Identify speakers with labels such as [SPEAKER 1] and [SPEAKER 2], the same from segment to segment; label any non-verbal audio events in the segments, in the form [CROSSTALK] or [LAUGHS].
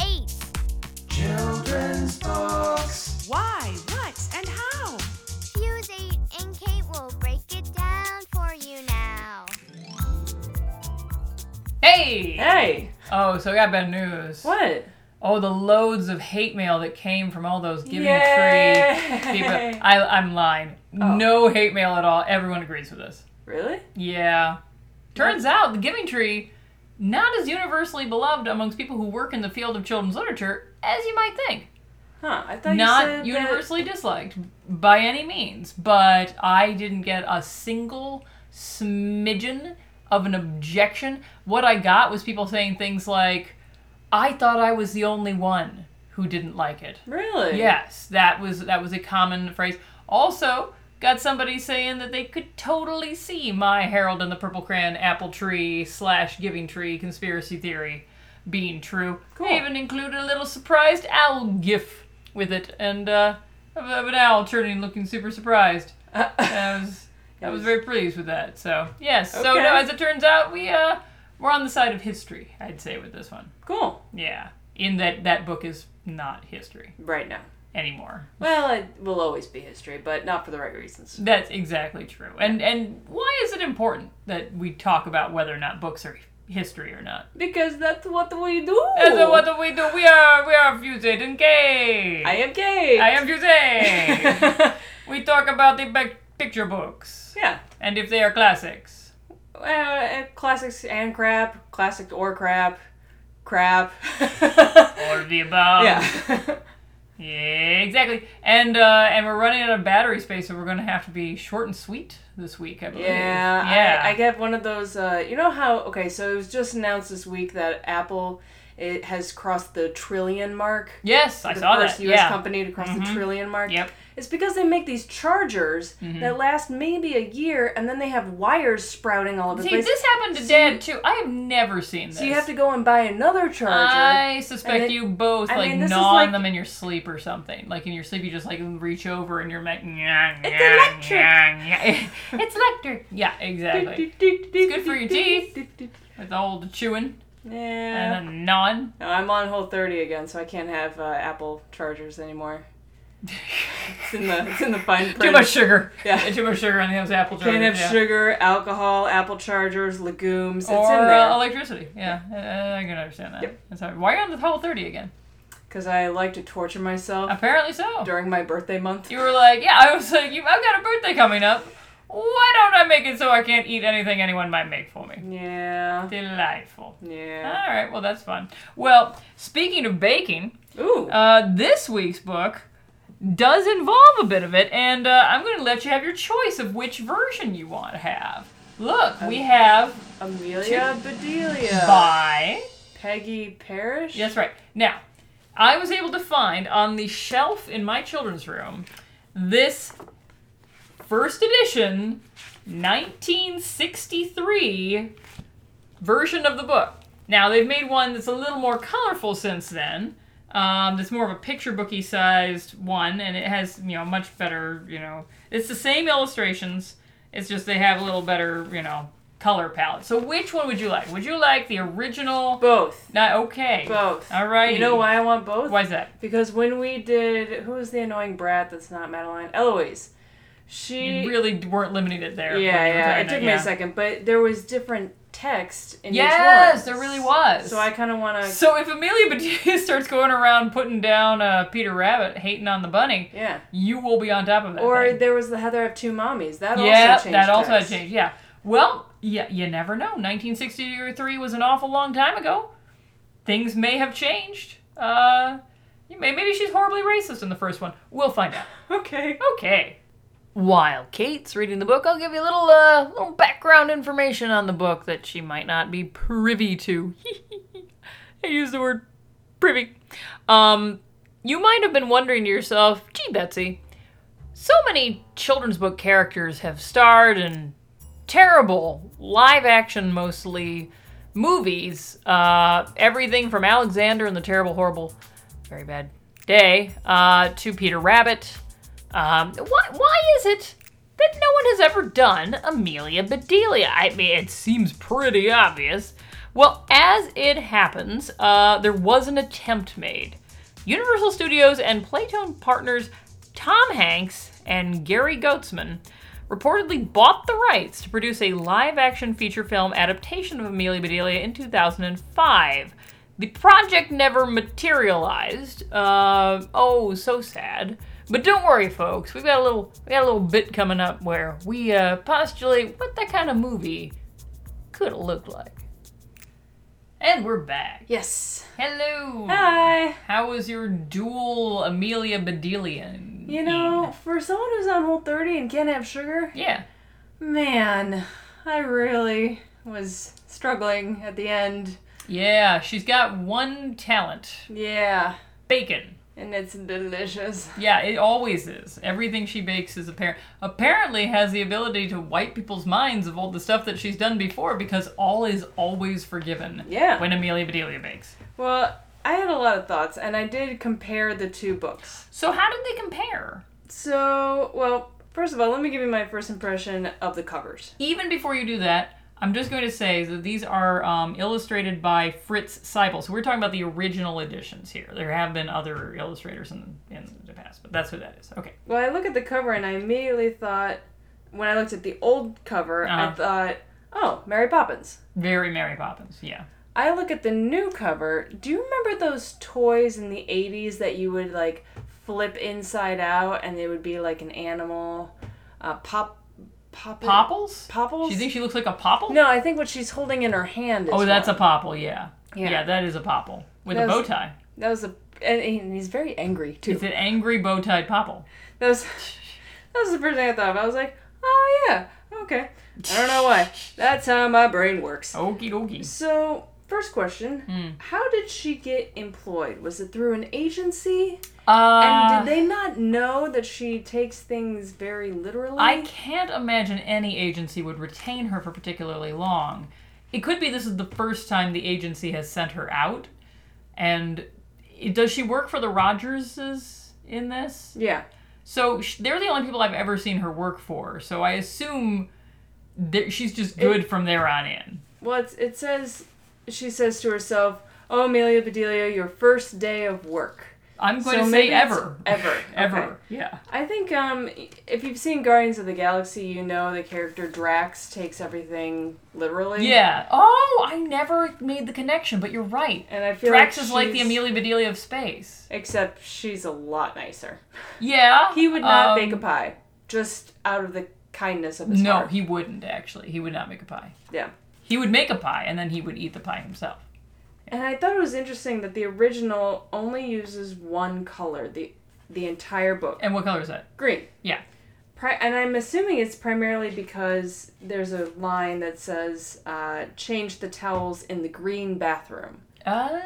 [SPEAKER 1] 8.
[SPEAKER 2] Children's books.
[SPEAKER 3] Why, what, and how?
[SPEAKER 1] Fuse 8 and Kate will break it down for you now.
[SPEAKER 4] Hey!
[SPEAKER 5] Hey,
[SPEAKER 4] Oh, so we got bad news.
[SPEAKER 5] what?
[SPEAKER 4] Oh, the loads of hate mail that came from all those giving
[SPEAKER 5] Yay!
[SPEAKER 4] tree people. I, I'm lying.
[SPEAKER 5] Oh.
[SPEAKER 4] No hate mail at all. Everyone agrees with this.
[SPEAKER 5] Really?
[SPEAKER 4] Yeah. Turns out the Giving Tree not as universally beloved amongst people who work in the field of children's literature as you might think.
[SPEAKER 5] Huh? I thought you said
[SPEAKER 4] not
[SPEAKER 5] that-
[SPEAKER 4] universally disliked by any means, but I didn't get a single smidgen of an objection. What I got was people saying things like, "I thought I was the only one who didn't like it."
[SPEAKER 5] Really?
[SPEAKER 4] Yes, that was that was a common phrase. Also, got somebody saying that they could totally see my Harold and the Purple Crayon apple tree slash giving tree conspiracy theory being true.
[SPEAKER 5] Cool.
[SPEAKER 4] They even included a little surprised owl gif with it, and uh, of, of an owl turning, looking
[SPEAKER 5] [LAUGHS]
[SPEAKER 4] super surprised. I was I was very pleased with that. So yes, so
[SPEAKER 5] Okay.
[SPEAKER 4] no, as it turns out, we uh, we're on the side of history. I'd say with this one,
[SPEAKER 5] Cool.
[SPEAKER 4] yeah. In that that book is not history
[SPEAKER 5] Right now.
[SPEAKER 4] anymore.
[SPEAKER 5] Well, it will always be history, but not for the right reasons.
[SPEAKER 4] That's exactly true. And and why is it important that we talk about whether or not books are history or not?
[SPEAKER 5] Because that's what we do.
[SPEAKER 4] And so what do we do? We are we are Fused and Gay.
[SPEAKER 5] I am gay.
[SPEAKER 4] I am Fused. we talk about the back picture books
[SPEAKER 5] [LAUGHS] yeah.
[SPEAKER 4] and if they are classics.
[SPEAKER 5] Uh, uh, classics and crap. Classic or crap. Crap. [LAUGHS]
[SPEAKER 4] All of the above.
[SPEAKER 5] yeah.
[SPEAKER 4] Yeah, exactly. And uh, and we're running out of battery space, so we're gonna have to be short and sweet this week, I believe.
[SPEAKER 5] Yeah,
[SPEAKER 4] Yeah.
[SPEAKER 5] I, I get one of those. Uh, you know how? Okay, so it was just announced this week that Apple it has crossed the trillion mark.
[SPEAKER 4] yes, I
[SPEAKER 5] the
[SPEAKER 4] saw
[SPEAKER 5] first
[SPEAKER 4] that.
[SPEAKER 5] U.S.
[SPEAKER 4] yeah. Mm-hmm.
[SPEAKER 5] company to cross the trillion mark.
[SPEAKER 4] Yep. Mm-hmm.
[SPEAKER 5] It's because they make these chargers that last maybe a year, and then they have wires sprouting all over the
[SPEAKER 4] See,
[SPEAKER 5] place.
[SPEAKER 4] this happened to Dad too. I have never seen this.
[SPEAKER 5] so you have to go and buy another charger.
[SPEAKER 4] I suspect
[SPEAKER 5] then-
[SPEAKER 4] you both
[SPEAKER 5] I
[SPEAKER 4] like
[SPEAKER 5] mean, this is
[SPEAKER 4] gnaw on
[SPEAKER 5] like-
[SPEAKER 4] them in your sleep or something. Like in your sleep, you just like reach over and you're like, yeah, yeah,
[SPEAKER 5] electric.
[SPEAKER 4] yeah, yeah.
[SPEAKER 5] [LAUGHS]
[SPEAKER 4] it's electric. Yeah, exactly.
[SPEAKER 5] It's
[SPEAKER 4] good for your teeth. With all the chewing
[SPEAKER 5] Yeah.
[SPEAKER 4] and the
[SPEAKER 5] [LAUGHS]
[SPEAKER 4] gnawing.
[SPEAKER 5] No, I'm on hole 30 again, so I can't have uh, Apple chargers anymore. It's in the it's in the fine print.
[SPEAKER 4] [LAUGHS] Too much sugar.
[SPEAKER 5] Yeah.
[SPEAKER 4] [LAUGHS] too much sugar on those apple
[SPEAKER 5] Can't have
[SPEAKER 4] jars, yeah.
[SPEAKER 5] sugar, alcohol, apple chargers, legumes. It's in
[SPEAKER 4] Or uh,
[SPEAKER 5] there
[SPEAKER 4] electricity. Yeah, I- I can understand that.
[SPEAKER 5] Yep.
[SPEAKER 4] That's all right. Why are you on the whole 30 again?
[SPEAKER 5] because I like to torture myself
[SPEAKER 4] Apparently so.
[SPEAKER 5] during my birthday month.
[SPEAKER 4] You were like, yeah, I was like, you, I've got a birthday coming up. Why don't I make it so I can't eat anything anyone might make for me?
[SPEAKER 5] Yeah,
[SPEAKER 4] Delightful. All
[SPEAKER 5] yeah.
[SPEAKER 4] right, well, that's fun. Well, speaking of baking,
[SPEAKER 5] Ooh,
[SPEAKER 4] uh, this week's book does involve a bit of it, and uh, I'm going to let you have your choice of which version you want to have. Look, we have
[SPEAKER 5] Amelia Bedelia,
[SPEAKER 4] by.
[SPEAKER 5] Peggy Parrish.
[SPEAKER 4] That's right. Now, I was able to find on the shelf in my children's room this first edition 1963 version of the book. Now, they've made one that's a little more colorful since then. Um, that's more of a picture booky sized one, and it has, you know, much better, you know, it's the same illustrations. It's just they have a little better, you know, color palette. So, which one would you like? Would you like the original?
[SPEAKER 5] Both,
[SPEAKER 4] Not okay.
[SPEAKER 5] both.
[SPEAKER 4] All right.
[SPEAKER 5] You know why I want both?
[SPEAKER 4] Why is that?
[SPEAKER 5] Because when we did, who was the annoying brat that's not Madeline? Eloise. She.
[SPEAKER 4] You really weren't limiting it
[SPEAKER 5] yeah,
[SPEAKER 4] there. when you were
[SPEAKER 5] yeah.
[SPEAKER 4] trying
[SPEAKER 5] It
[SPEAKER 4] to-
[SPEAKER 5] took me
[SPEAKER 4] yeah.
[SPEAKER 5] a second, but there was different text in
[SPEAKER 4] Yes,
[SPEAKER 5] each one.
[SPEAKER 4] there really was.
[SPEAKER 5] So I kind of want to.
[SPEAKER 4] So if Amelia Bedelia [LAUGHS] starts going around putting down uh, Peter Rabbit, hating on the bunny,
[SPEAKER 5] Yeah.
[SPEAKER 4] you will be on top of that.
[SPEAKER 5] Or
[SPEAKER 4] thing.
[SPEAKER 5] there was the Heather of Two Mommies. That
[SPEAKER 4] yeah,
[SPEAKER 5] also changed.
[SPEAKER 4] that also had
[SPEAKER 5] text.
[SPEAKER 4] changed. Yeah. Well, yeah, you never know. 1963 was an awful long time ago. Things may have changed. Uh, you may, maybe she's horribly racist in the first one. We'll find out.
[SPEAKER 5] Okay.
[SPEAKER 4] Okay. While Kate's reading the book, I'll give you a little uh, little background information on the book that she might not be privy to. [LAUGHS] I use the word privy. Um, you might have been wondering to yourself, gee, Betsy, so many children's book characters have starred in terrible live action mostly movies. Uh, everything from Alexander and the Terrible Horrible, very bad day, uh, to Peter Rabbit. Um, why, why is it that no one has ever done Amelia Bedelia? I mean, it seems pretty obvious. Well, as it happens, uh, there was an attempt made. Universal Studios and Playtone partners Tom Hanks and Gary Goetzman reportedly bought the rights to produce a live action feature film adaptation of Amelia Bedelia in 2005. The project never materialized. Uh, oh, so sad. But don't worry, folks. We've got a little, we got a little bit coming up where we uh, postulate what that kind of movie could have looked like. And we're back.
[SPEAKER 5] Yes.
[SPEAKER 4] Hello.
[SPEAKER 5] Hi.
[SPEAKER 4] How was your dual Amelia Bedelian?
[SPEAKER 5] You know, for someone who's on whole 30 and can't have sugar,
[SPEAKER 4] Yeah.
[SPEAKER 5] man, I really was struggling at the end.
[SPEAKER 4] Yeah, she's got one talent
[SPEAKER 5] Yeah.
[SPEAKER 4] bacon.
[SPEAKER 5] And it's delicious.
[SPEAKER 4] Yeah, it always is. Everything she bakes is apparent. Apparently, has the ability to wipe people's minds of all the stuff that she's done before because all is always forgiven.
[SPEAKER 5] Yeah.
[SPEAKER 4] When Amelia Bedelia bakes.
[SPEAKER 5] Well, I had a lot of thoughts, and I did compare the two books.
[SPEAKER 4] So how did they compare?
[SPEAKER 5] So, well, first of all, let me give you my first impression of the covers.
[SPEAKER 4] Even before you do that, I'm just going to say that these are um, illustrated by Fritz Seibel. So we're talking about the original editions here. There have been other illustrators in, in the past, but that's who that is. Okay.
[SPEAKER 5] Well, I look at the cover, and I immediately thought, when I looked at the old cover,
[SPEAKER 4] Uh-huh.
[SPEAKER 5] I thought, oh, Mary Poppins.
[SPEAKER 4] Very Mary Poppins. Yeah.
[SPEAKER 5] I look at the new cover. Do you remember those toys in the 80s that you would like flip inside out and they would be like an animal? Uh, pop. Pop.
[SPEAKER 4] Popples?
[SPEAKER 5] Popples?
[SPEAKER 4] She thinks she looks like a popple?
[SPEAKER 5] No, I think what she's holding in her hand is.
[SPEAKER 4] Oh, that's
[SPEAKER 5] one.
[SPEAKER 4] a popple, yeah. yeah.
[SPEAKER 5] Yeah.
[SPEAKER 4] that is a popple. With a
[SPEAKER 5] That
[SPEAKER 4] bow
[SPEAKER 5] was-
[SPEAKER 4] tie.
[SPEAKER 5] That was a. And and he's very angry, too.
[SPEAKER 4] It's an angry bow tied popple.
[SPEAKER 5] That was [LAUGHS] that was the first thing I thought of. I was like, oh yeah, okay. I don't know why. That's how my brain works.
[SPEAKER 4] Okie dokie.
[SPEAKER 5] So first question:
[SPEAKER 4] Hmm.
[SPEAKER 5] How did she get employed? Was it through an agency?
[SPEAKER 4] Uh,
[SPEAKER 5] and did they not know that she takes things very literally?
[SPEAKER 4] I can't imagine any agency would retain her for particularly long. It could be this is the first time the agency has sent her out. And it, does she work for the Rogerses in this?
[SPEAKER 5] yeah.
[SPEAKER 4] So sh- they're the only people I've ever seen her work for. So I assume that she's just good from there on in.
[SPEAKER 5] Well, it's, it says she says to herself, "Oh, Amelia Bedelia, your first day of work."
[SPEAKER 4] I'm going
[SPEAKER 5] So
[SPEAKER 4] to say
[SPEAKER 5] maybe it's
[SPEAKER 4] ever.
[SPEAKER 5] ever,
[SPEAKER 4] [LAUGHS] ever.
[SPEAKER 5] okay.
[SPEAKER 4] Yeah.
[SPEAKER 5] I think um, if you've seen Guardians of the Galaxy, you know the character Drax takes everything literally.
[SPEAKER 4] Yeah. Oh, I never made the connection, but you're right.
[SPEAKER 5] And I feel
[SPEAKER 4] Drax
[SPEAKER 5] like
[SPEAKER 4] is like the
[SPEAKER 5] she's-
[SPEAKER 4] Amelia Bedelia of space.
[SPEAKER 5] Except she's a lot nicer.
[SPEAKER 4] Yeah.
[SPEAKER 5] He would not
[SPEAKER 4] um,
[SPEAKER 5] bake a pie, just out of the kindness of his
[SPEAKER 4] No,
[SPEAKER 5] heart.
[SPEAKER 4] he wouldn't actually. He would not make a pie.
[SPEAKER 5] yeah.
[SPEAKER 4] He would make a pie and then he would eat the pie himself.
[SPEAKER 5] And I thought it was interesting that the original only uses one color the the entire book
[SPEAKER 4] And what color is that?
[SPEAKER 5] green.
[SPEAKER 4] Yeah.
[SPEAKER 5] Pri- and I'm assuming it's primarily because there's a line that says uh, change the towels in the green bathroom.
[SPEAKER 4] Uh,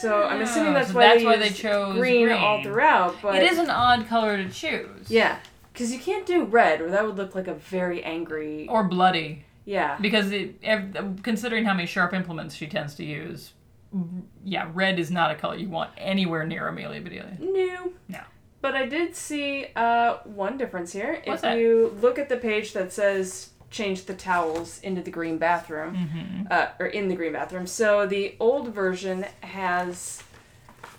[SPEAKER 5] So I'm assuming that's
[SPEAKER 4] so
[SPEAKER 5] why
[SPEAKER 4] that's
[SPEAKER 5] they
[SPEAKER 4] why they
[SPEAKER 5] used
[SPEAKER 4] chose
[SPEAKER 5] green, all throughout. But
[SPEAKER 4] It is an odd color to choose.
[SPEAKER 5] yeah, because you can't do red, or that would look like a very angry.
[SPEAKER 4] Or bloody.
[SPEAKER 5] yeah,
[SPEAKER 4] Because it, ev- considering how many sharp implements she tends to use, yeah, red is not a color you want anywhere near Amelia Bedelia.
[SPEAKER 5] No.
[SPEAKER 4] No.
[SPEAKER 5] But I did see uh, one difference here.
[SPEAKER 4] What's
[SPEAKER 5] if
[SPEAKER 4] that?
[SPEAKER 5] you look at the page that says change the towels into the green bathroom,
[SPEAKER 4] Mm-hmm.
[SPEAKER 5] uh, or in the green bathroom, so the old version has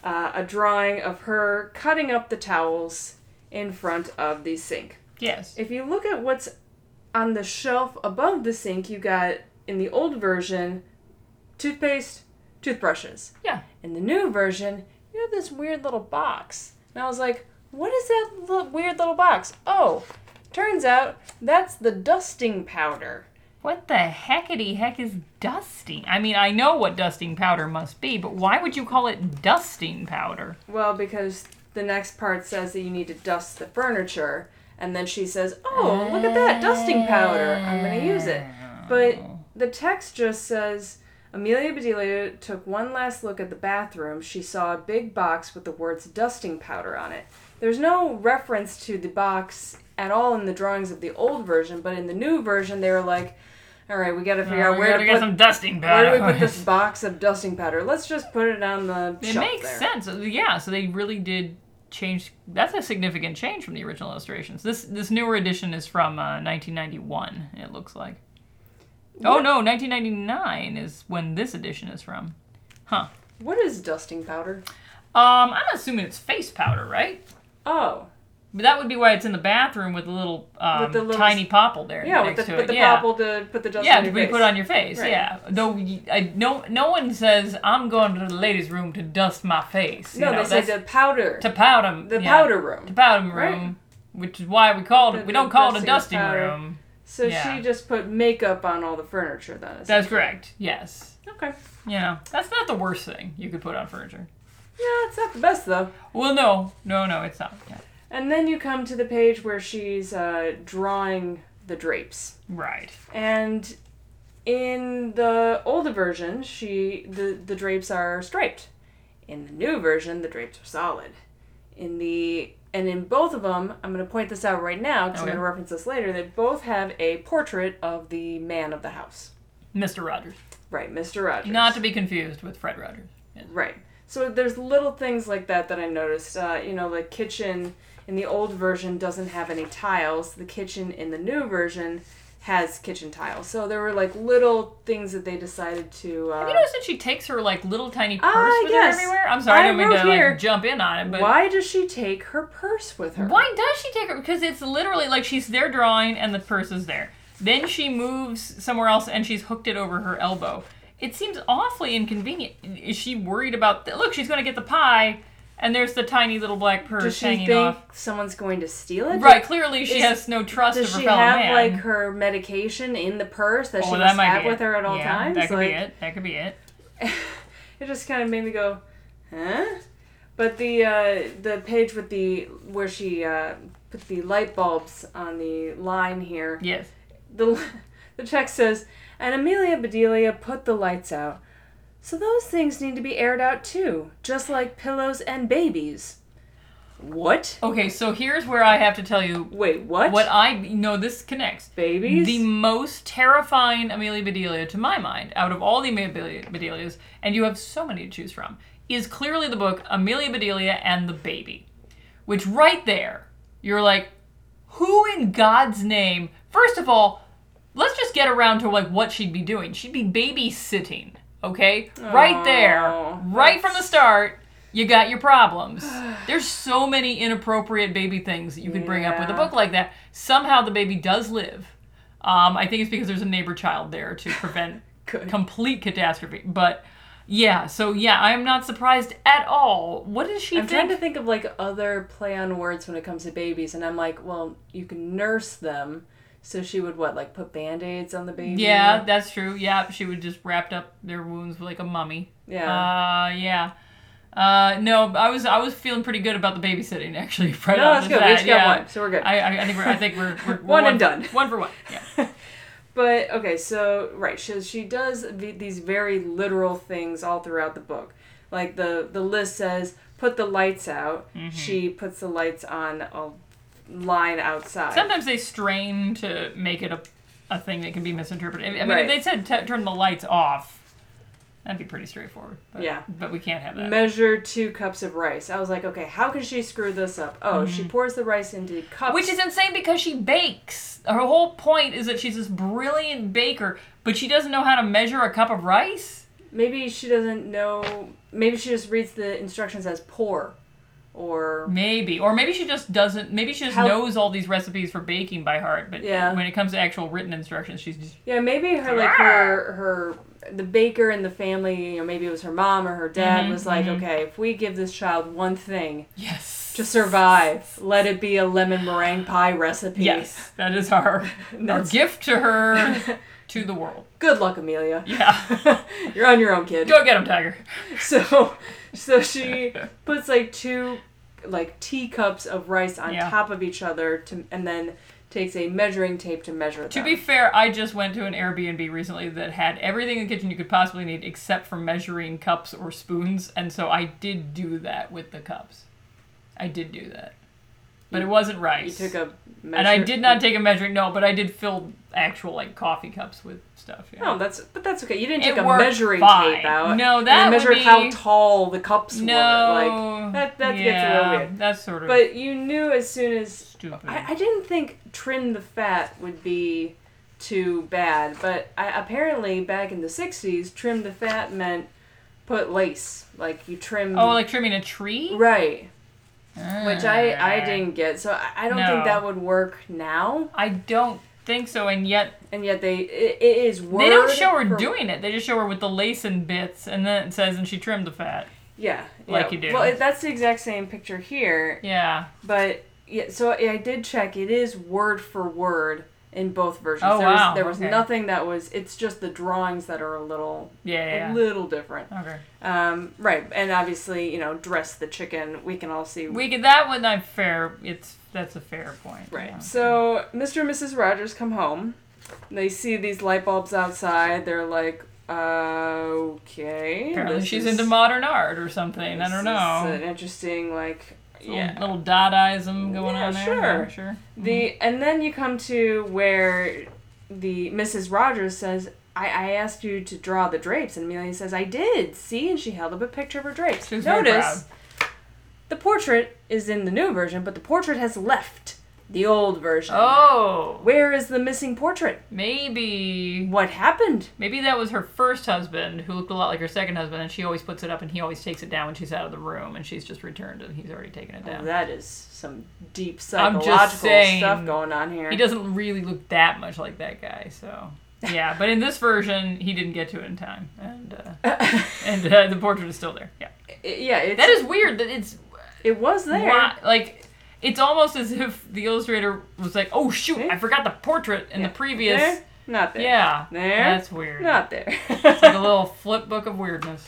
[SPEAKER 5] uh, a drawing of her cutting up the towels in front of the sink.
[SPEAKER 4] Yes.
[SPEAKER 5] If you look at what's on the shelf above the sink, you got in the old version toothpaste, toothbrushes.
[SPEAKER 4] Yeah.
[SPEAKER 5] In the new version, you have this weird little box. And I was like, what is that li- weird little box? Oh, turns out that's the dusting powder.
[SPEAKER 4] What the heckity heck is dusting? I mean, I know what dusting powder must be, but why would you call it dusting powder?
[SPEAKER 5] Well, because the next part says that you need to dust the furniture. And then she says, oh, look at that dusting powder. I'm going to use it. But the text just says, Amelia Bedelia took one last look at the bathroom. She saw a big box with the words dusting powder on it. There's no reference to the box at all in the drawings of the old version, but in the new version, they were like, all right, we got to figure out
[SPEAKER 4] Uh, we
[SPEAKER 5] where
[SPEAKER 4] gotta
[SPEAKER 5] to
[SPEAKER 4] get
[SPEAKER 5] put,
[SPEAKER 4] some dusting
[SPEAKER 5] where
[SPEAKER 4] powder. [LAUGHS]
[SPEAKER 5] do we [LAUGHS] put this box of dusting powder? Let's just put it on the
[SPEAKER 4] [LAUGHS] It
[SPEAKER 5] shelf
[SPEAKER 4] makes
[SPEAKER 5] there.
[SPEAKER 4] sense. Uh, Yeah, so they really did change. That's a significant change from the original illustrations. This this newer edition is from uh, 1991. It looks like. Oh
[SPEAKER 5] What-
[SPEAKER 4] no, 1999 is when this edition is from. Huh.
[SPEAKER 5] What is dusting powder?
[SPEAKER 4] Um, I'm assuming it's face powder, right?
[SPEAKER 5] Oh,
[SPEAKER 4] But that would be why it's in the bathroom with the little, um,
[SPEAKER 5] the little-
[SPEAKER 4] tiny popple there
[SPEAKER 5] yeah, with
[SPEAKER 4] next
[SPEAKER 5] the,
[SPEAKER 4] to
[SPEAKER 5] with
[SPEAKER 4] it.
[SPEAKER 5] the
[SPEAKER 4] yeah.
[SPEAKER 5] popple to put the dust
[SPEAKER 4] Yeah,
[SPEAKER 5] on your
[SPEAKER 4] we
[SPEAKER 5] face.
[SPEAKER 4] put it on your face.
[SPEAKER 5] Right.
[SPEAKER 4] Yeah, though y I no no one says I'm going to the ladies' room to dust my face. you
[SPEAKER 5] no,
[SPEAKER 4] know,
[SPEAKER 5] they said
[SPEAKER 4] that's-
[SPEAKER 5] the powder.
[SPEAKER 4] to powder
[SPEAKER 5] the
[SPEAKER 4] yeah,
[SPEAKER 5] powder room.
[SPEAKER 4] to powder room,
[SPEAKER 5] Right.
[SPEAKER 4] which is why we called
[SPEAKER 5] The-
[SPEAKER 4] it. We
[SPEAKER 5] the
[SPEAKER 4] don't call it a
[SPEAKER 5] dusting
[SPEAKER 4] dusting
[SPEAKER 5] powder.
[SPEAKER 4] room.
[SPEAKER 5] So
[SPEAKER 4] Yeah.
[SPEAKER 5] she just put makeup on all the furniture then. is
[SPEAKER 4] That's
[SPEAKER 5] it?
[SPEAKER 4] correct. Yes,
[SPEAKER 5] Okay.
[SPEAKER 4] you know that's not the worst thing you could put on furniture.
[SPEAKER 5] Yeah, it's not the best though.
[SPEAKER 4] Well, no, no, no, it's not. Yeah.
[SPEAKER 5] And then you come to the page where she's uh, drawing the drapes.
[SPEAKER 4] Right.
[SPEAKER 5] And in the older version, she the, the drapes are striped. In the new version, the drapes are solid. In the and in both of them, I'm going to point this out right now because
[SPEAKER 4] Okay.
[SPEAKER 5] I'm going to reference this later. They both have a portrait of the man of the house,
[SPEAKER 4] Mr. Rogers,
[SPEAKER 5] right, Mr. Rogers.
[SPEAKER 4] not to be confused with Fred Rogers. Yes.
[SPEAKER 5] Right. So there's little things like that that I noticed. Uh, you know, the kitchen in the old version doesn't have any tiles. The kitchen in the new version has kitchen tiles. So there were like little things that they decided to. Uh,
[SPEAKER 4] Have you noticed that she takes her like little tiny purse
[SPEAKER 5] Ah,
[SPEAKER 4] with
[SPEAKER 5] yes.
[SPEAKER 4] her everywhere? I'm sorry,
[SPEAKER 5] I
[SPEAKER 4] I don't mean to
[SPEAKER 5] wrote here,
[SPEAKER 4] like, jump in on it, but
[SPEAKER 5] why does she take her purse with her?
[SPEAKER 4] Why does she take her? Because it's literally like she's there drawing and the purse is there. Then she moves somewhere else and she's hooked it over her elbow. It seems awfully inconvenient. Is she worried about? Th- Look, she's going to get the pie, and there's the tiny little black purse
[SPEAKER 5] Does she
[SPEAKER 4] hanging
[SPEAKER 5] think
[SPEAKER 4] off.
[SPEAKER 5] someone's going to steal it?
[SPEAKER 4] Right, clearly she
[SPEAKER 5] is-
[SPEAKER 4] has no trust
[SPEAKER 5] Does
[SPEAKER 4] of her
[SPEAKER 5] she
[SPEAKER 4] fellow
[SPEAKER 5] have
[SPEAKER 4] man.
[SPEAKER 5] like her medication in the purse that
[SPEAKER 4] Oh,
[SPEAKER 5] she
[SPEAKER 4] that
[SPEAKER 5] must
[SPEAKER 4] might be
[SPEAKER 5] have
[SPEAKER 4] it.
[SPEAKER 5] with her at all
[SPEAKER 4] Yeah,
[SPEAKER 5] times?
[SPEAKER 4] That could
[SPEAKER 5] like,
[SPEAKER 4] be it. That could be it.
[SPEAKER 5] [SIGHS] it just kind of made me go, huh? But the uh, the page with the where she uh, put the light bulbs on the line here,
[SPEAKER 4] Yes.
[SPEAKER 5] the [LAUGHS] the text says, and Amelia Bedelia put the lights out. So those things need to be aired out too, just like pillows and babies. What?
[SPEAKER 4] Okay, so here's where I have to tell you
[SPEAKER 5] Wait, what?
[SPEAKER 4] what I no this connects.
[SPEAKER 5] babies?
[SPEAKER 4] The most terrifying Amelia Bedelia, to my mind, out of all the Amelia Bedeli- Bedelias, and you have so many to choose from, is clearly the book Amelia Bedelia and the Baby, which right there, you're like, who in God's name? First of all, let's just get around to like what she'd be doing. She'd be babysitting, okay? right there,
[SPEAKER 5] Aw,
[SPEAKER 4] right from the start. You got your problems. There's so many inappropriate baby things that you could bring up with a
[SPEAKER 5] Yeah.
[SPEAKER 4] book like that. Somehow the baby does live. Um, I think it's because there's a neighbor child there to prevent
[SPEAKER 5] [LAUGHS] Good.
[SPEAKER 4] complete catastrophe. But yeah, so yeah, I'm not surprised at all. What does she
[SPEAKER 5] I'm trying to
[SPEAKER 4] think?
[SPEAKER 5] think of like other play on words when it comes to babies, and I'm like, well, you can nurse them. So she would what, like put band aids on the baby?
[SPEAKER 4] yeah, that's true. Yeah, she would just wrapped up their wounds like a mummy.
[SPEAKER 5] Yeah.
[SPEAKER 4] Uh, yeah. Uh, no, I was I was feeling pretty good about the babysitting actually. [LAUGHS] Right
[SPEAKER 5] no,
[SPEAKER 4] off
[SPEAKER 5] that's
[SPEAKER 4] the
[SPEAKER 5] good. We
[SPEAKER 4] bat,
[SPEAKER 5] each
[SPEAKER 4] yeah.
[SPEAKER 5] got one, so we're good.
[SPEAKER 4] I, I, I think we're I think we're,
[SPEAKER 5] [LAUGHS]
[SPEAKER 4] we're, we're
[SPEAKER 5] One and done.
[SPEAKER 4] one for one.
[SPEAKER 5] [LAUGHS]
[SPEAKER 4] Yeah.
[SPEAKER 5] but okay, so right, so she does th- these very literal things all throughout the book. Like the the list says, put the lights out.
[SPEAKER 4] Mm-hmm.
[SPEAKER 5] She puts the lights on a line outside.
[SPEAKER 4] Sometimes they strain to make it a, a thing that can be misinterpreted. I mean,
[SPEAKER 5] Right.
[SPEAKER 4] if they said t- turn the lights off, that'd be pretty straightforward. But,
[SPEAKER 5] Yeah.
[SPEAKER 4] But we can't have that.
[SPEAKER 5] Measure two cups of rice. I was like, okay, how can she screw this up? Oh, she pours the rice into cups.
[SPEAKER 4] Mm-hmm. Which is insane because she bakes. Her whole point is that she's this brilliant baker, but she doesn't know how to measure a cup of rice.
[SPEAKER 5] Maybe she doesn't know. Maybe she just reads the instructions as pour, or
[SPEAKER 4] Maybe, or maybe she just doesn't. Maybe she just
[SPEAKER 5] How-
[SPEAKER 4] knows all these recipes for baking by heart. But
[SPEAKER 5] Yeah.
[SPEAKER 4] when it comes to actual written instructions, she's just
[SPEAKER 5] yeah, maybe her like her
[SPEAKER 4] Ah.
[SPEAKER 5] her the baker in the family. You know, maybe it was her mom or her
[SPEAKER 4] Mm-hmm,
[SPEAKER 5] dad was like, okay, if we give this child one thing
[SPEAKER 4] yes,
[SPEAKER 5] to survive, let it be a lemon meringue pie recipe.
[SPEAKER 4] yes. That
[SPEAKER 5] [LAUGHS]
[SPEAKER 4] is our our gift to her, to the world.
[SPEAKER 5] Good luck, Amelia.
[SPEAKER 4] Yeah.
[SPEAKER 5] You're on your own, kid.
[SPEAKER 4] Go get him, Tiger.
[SPEAKER 5] [LAUGHS] So, so
[SPEAKER 4] [LAUGHS]
[SPEAKER 5] she puts like two like teacups of rice on
[SPEAKER 4] Yeah.
[SPEAKER 5] top of each other to, and then takes a measuring tape to measure
[SPEAKER 4] To
[SPEAKER 5] them.
[SPEAKER 4] be fair, I just went to an Airbnb recently that had everything in the kitchen you could possibly need except for measuring cups or spoons, and so I did do that with the cups. I did do that. but it wasn't
[SPEAKER 5] You
[SPEAKER 4] rice.
[SPEAKER 5] took a measure.
[SPEAKER 4] and I did not take a measuring. No, but I did fill actual like coffee cups with stuff. Yeah.
[SPEAKER 5] No, that's but that's okay. You didn't
[SPEAKER 4] It
[SPEAKER 5] take a
[SPEAKER 4] worked
[SPEAKER 5] measuring
[SPEAKER 4] fine.
[SPEAKER 5] tape out.
[SPEAKER 4] No,
[SPEAKER 5] and
[SPEAKER 4] that
[SPEAKER 5] you
[SPEAKER 4] would
[SPEAKER 5] measured
[SPEAKER 4] be-
[SPEAKER 5] how tall the cups were.
[SPEAKER 4] No.
[SPEAKER 5] Like that that
[SPEAKER 4] yeah,
[SPEAKER 5] gets a little weird.
[SPEAKER 4] That's sort of
[SPEAKER 5] But you knew as soon as
[SPEAKER 4] stupid.
[SPEAKER 5] I, I didn't think trim the fat would be too bad, but I, apparently back in the '60s, trim the fat meant put lace, like you trim.
[SPEAKER 4] oh, like trimming a tree.
[SPEAKER 5] right,
[SPEAKER 4] Ah.
[SPEAKER 5] which I I didn't get, so I, I don't
[SPEAKER 4] No.
[SPEAKER 5] think that would work now.
[SPEAKER 4] I don't think so, and yet
[SPEAKER 5] And yet they it, it is word.
[SPEAKER 4] they don't show her
[SPEAKER 5] for-
[SPEAKER 4] doing it. They just show her with the lace and bits, and then it says, and she trimmed the fat.
[SPEAKER 5] Yeah,
[SPEAKER 4] Like
[SPEAKER 5] yeah.
[SPEAKER 4] you do.
[SPEAKER 5] Well, it- that's the exact same picture here,
[SPEAKER 4] Yeah.
[SPEAKER 5] but yeah. So I did check. It is word for word in both versions.
[SPEAKER 4] Oh,
[SPEAKER 5] there
[SPEAKER 4] wow,
[SPEAKER 5] Was, there was
[SPEAKER 4] okay.
[SPEAKER 5] nothing that was. It's just the drawings that are a little
[SPEAKER 4] Yeah.
[SPEAKER 5] a
[SPEAKER 4] yeah,
[SPEAKER 5] little different.
[SPEAKER 4] yeah. Okay.
[SPEAKER 5] Um, right, and obviously, you know, dress the chicken. We can all see.
[SPEAKER 4] We could that one. I'm fair. It's that's a fair point.
[SPEAKER 5] right.
[SPEAKER 4] yeah.
[SPEAKER 5] So Mr. and Mrs. Rogers come home. They see these light bulbs outside. They're like, uh, okay.
[SPEAKER 4] Apparently
[SPEAKER 5] this
[SPEAKER 4] she's
[SPEAKER 5] is-
[SPEAKER 4] into modern art or something. I
[SPEAKER 5] this
[SPEAKER 4] don't
[SPEAKER 5] is
[SPEAKER 4] know.
[SPEAKER 5] an interesting, like,
[SPEAKER 4] yeah.
[SPEAKER 5] yeah.
[SPEAKER 4] Little Dadaism going
[SPEAKER 5] Yeah,
[SPEAKER 4] on there.
[SPEAKER 5] sure.
[SPEAKER 4] yeah, Sure.
[SPEAKER 5] The and then you come to where the Mrs. Rogers says, I, "I asked you to draw the drapes," and Amelia says, "I did." See, and she held up a picture of her drapes.
[SPEAKER 4] She was very
[SPEAKER 5] Notice the portrait is in the new version, but the portrait has left the old version.
[SPEAKER 4] Oh,
[SPEAKER 5] Where is the missing portrait?
[SPEAKER 4] maybe
[SPEAKER 5] What happened?
[SPEAKER 4] maybe that was her first husband who looked a lot like her second husband, and she always puts it up, and he always takes it down when she's out of the room, and she's just returned, and he's already taken it
[SPEAKER 5] Oh,
[SPEAKER 4] down.
[SPEAKER 5] that is some deep
[SPEAKER 4] I'm
[SPEAKER 5] psychological
[SPEAKER 4] just saying,
[SPEAKER 5] stuff going on here. [LAUGHS]
[SPEAKER 4] He doesn't really look that much like that guy, so yeah. But in this version, he didn't get to it in time, and
[SPEAKER 5] [LAUGHS]
[SPEAKER 4] uh, and uh, the portrait is still there. Yeah,
[SPEAKER 5] yeah, it's,
[SPEAKER 4] that is weird. That it's
[SPEAKER 5] it was there.
[SPEAKER 4] Why- like it's almost as if the illustrator was like, "Oh shoot, I forgot the portrait in
[SPEAKER 5] Yeah.
[SPEAKER 4] the previous."
[SPEAKER 5] There, not there.
[SPEAKER 4] Yeah,
[SPEAKER 5] There.
[SPEAKER 4] That's weird.
[SPEAKER 5] Not there.
[SPEAKER 4] It's like a little flip book of weirdness.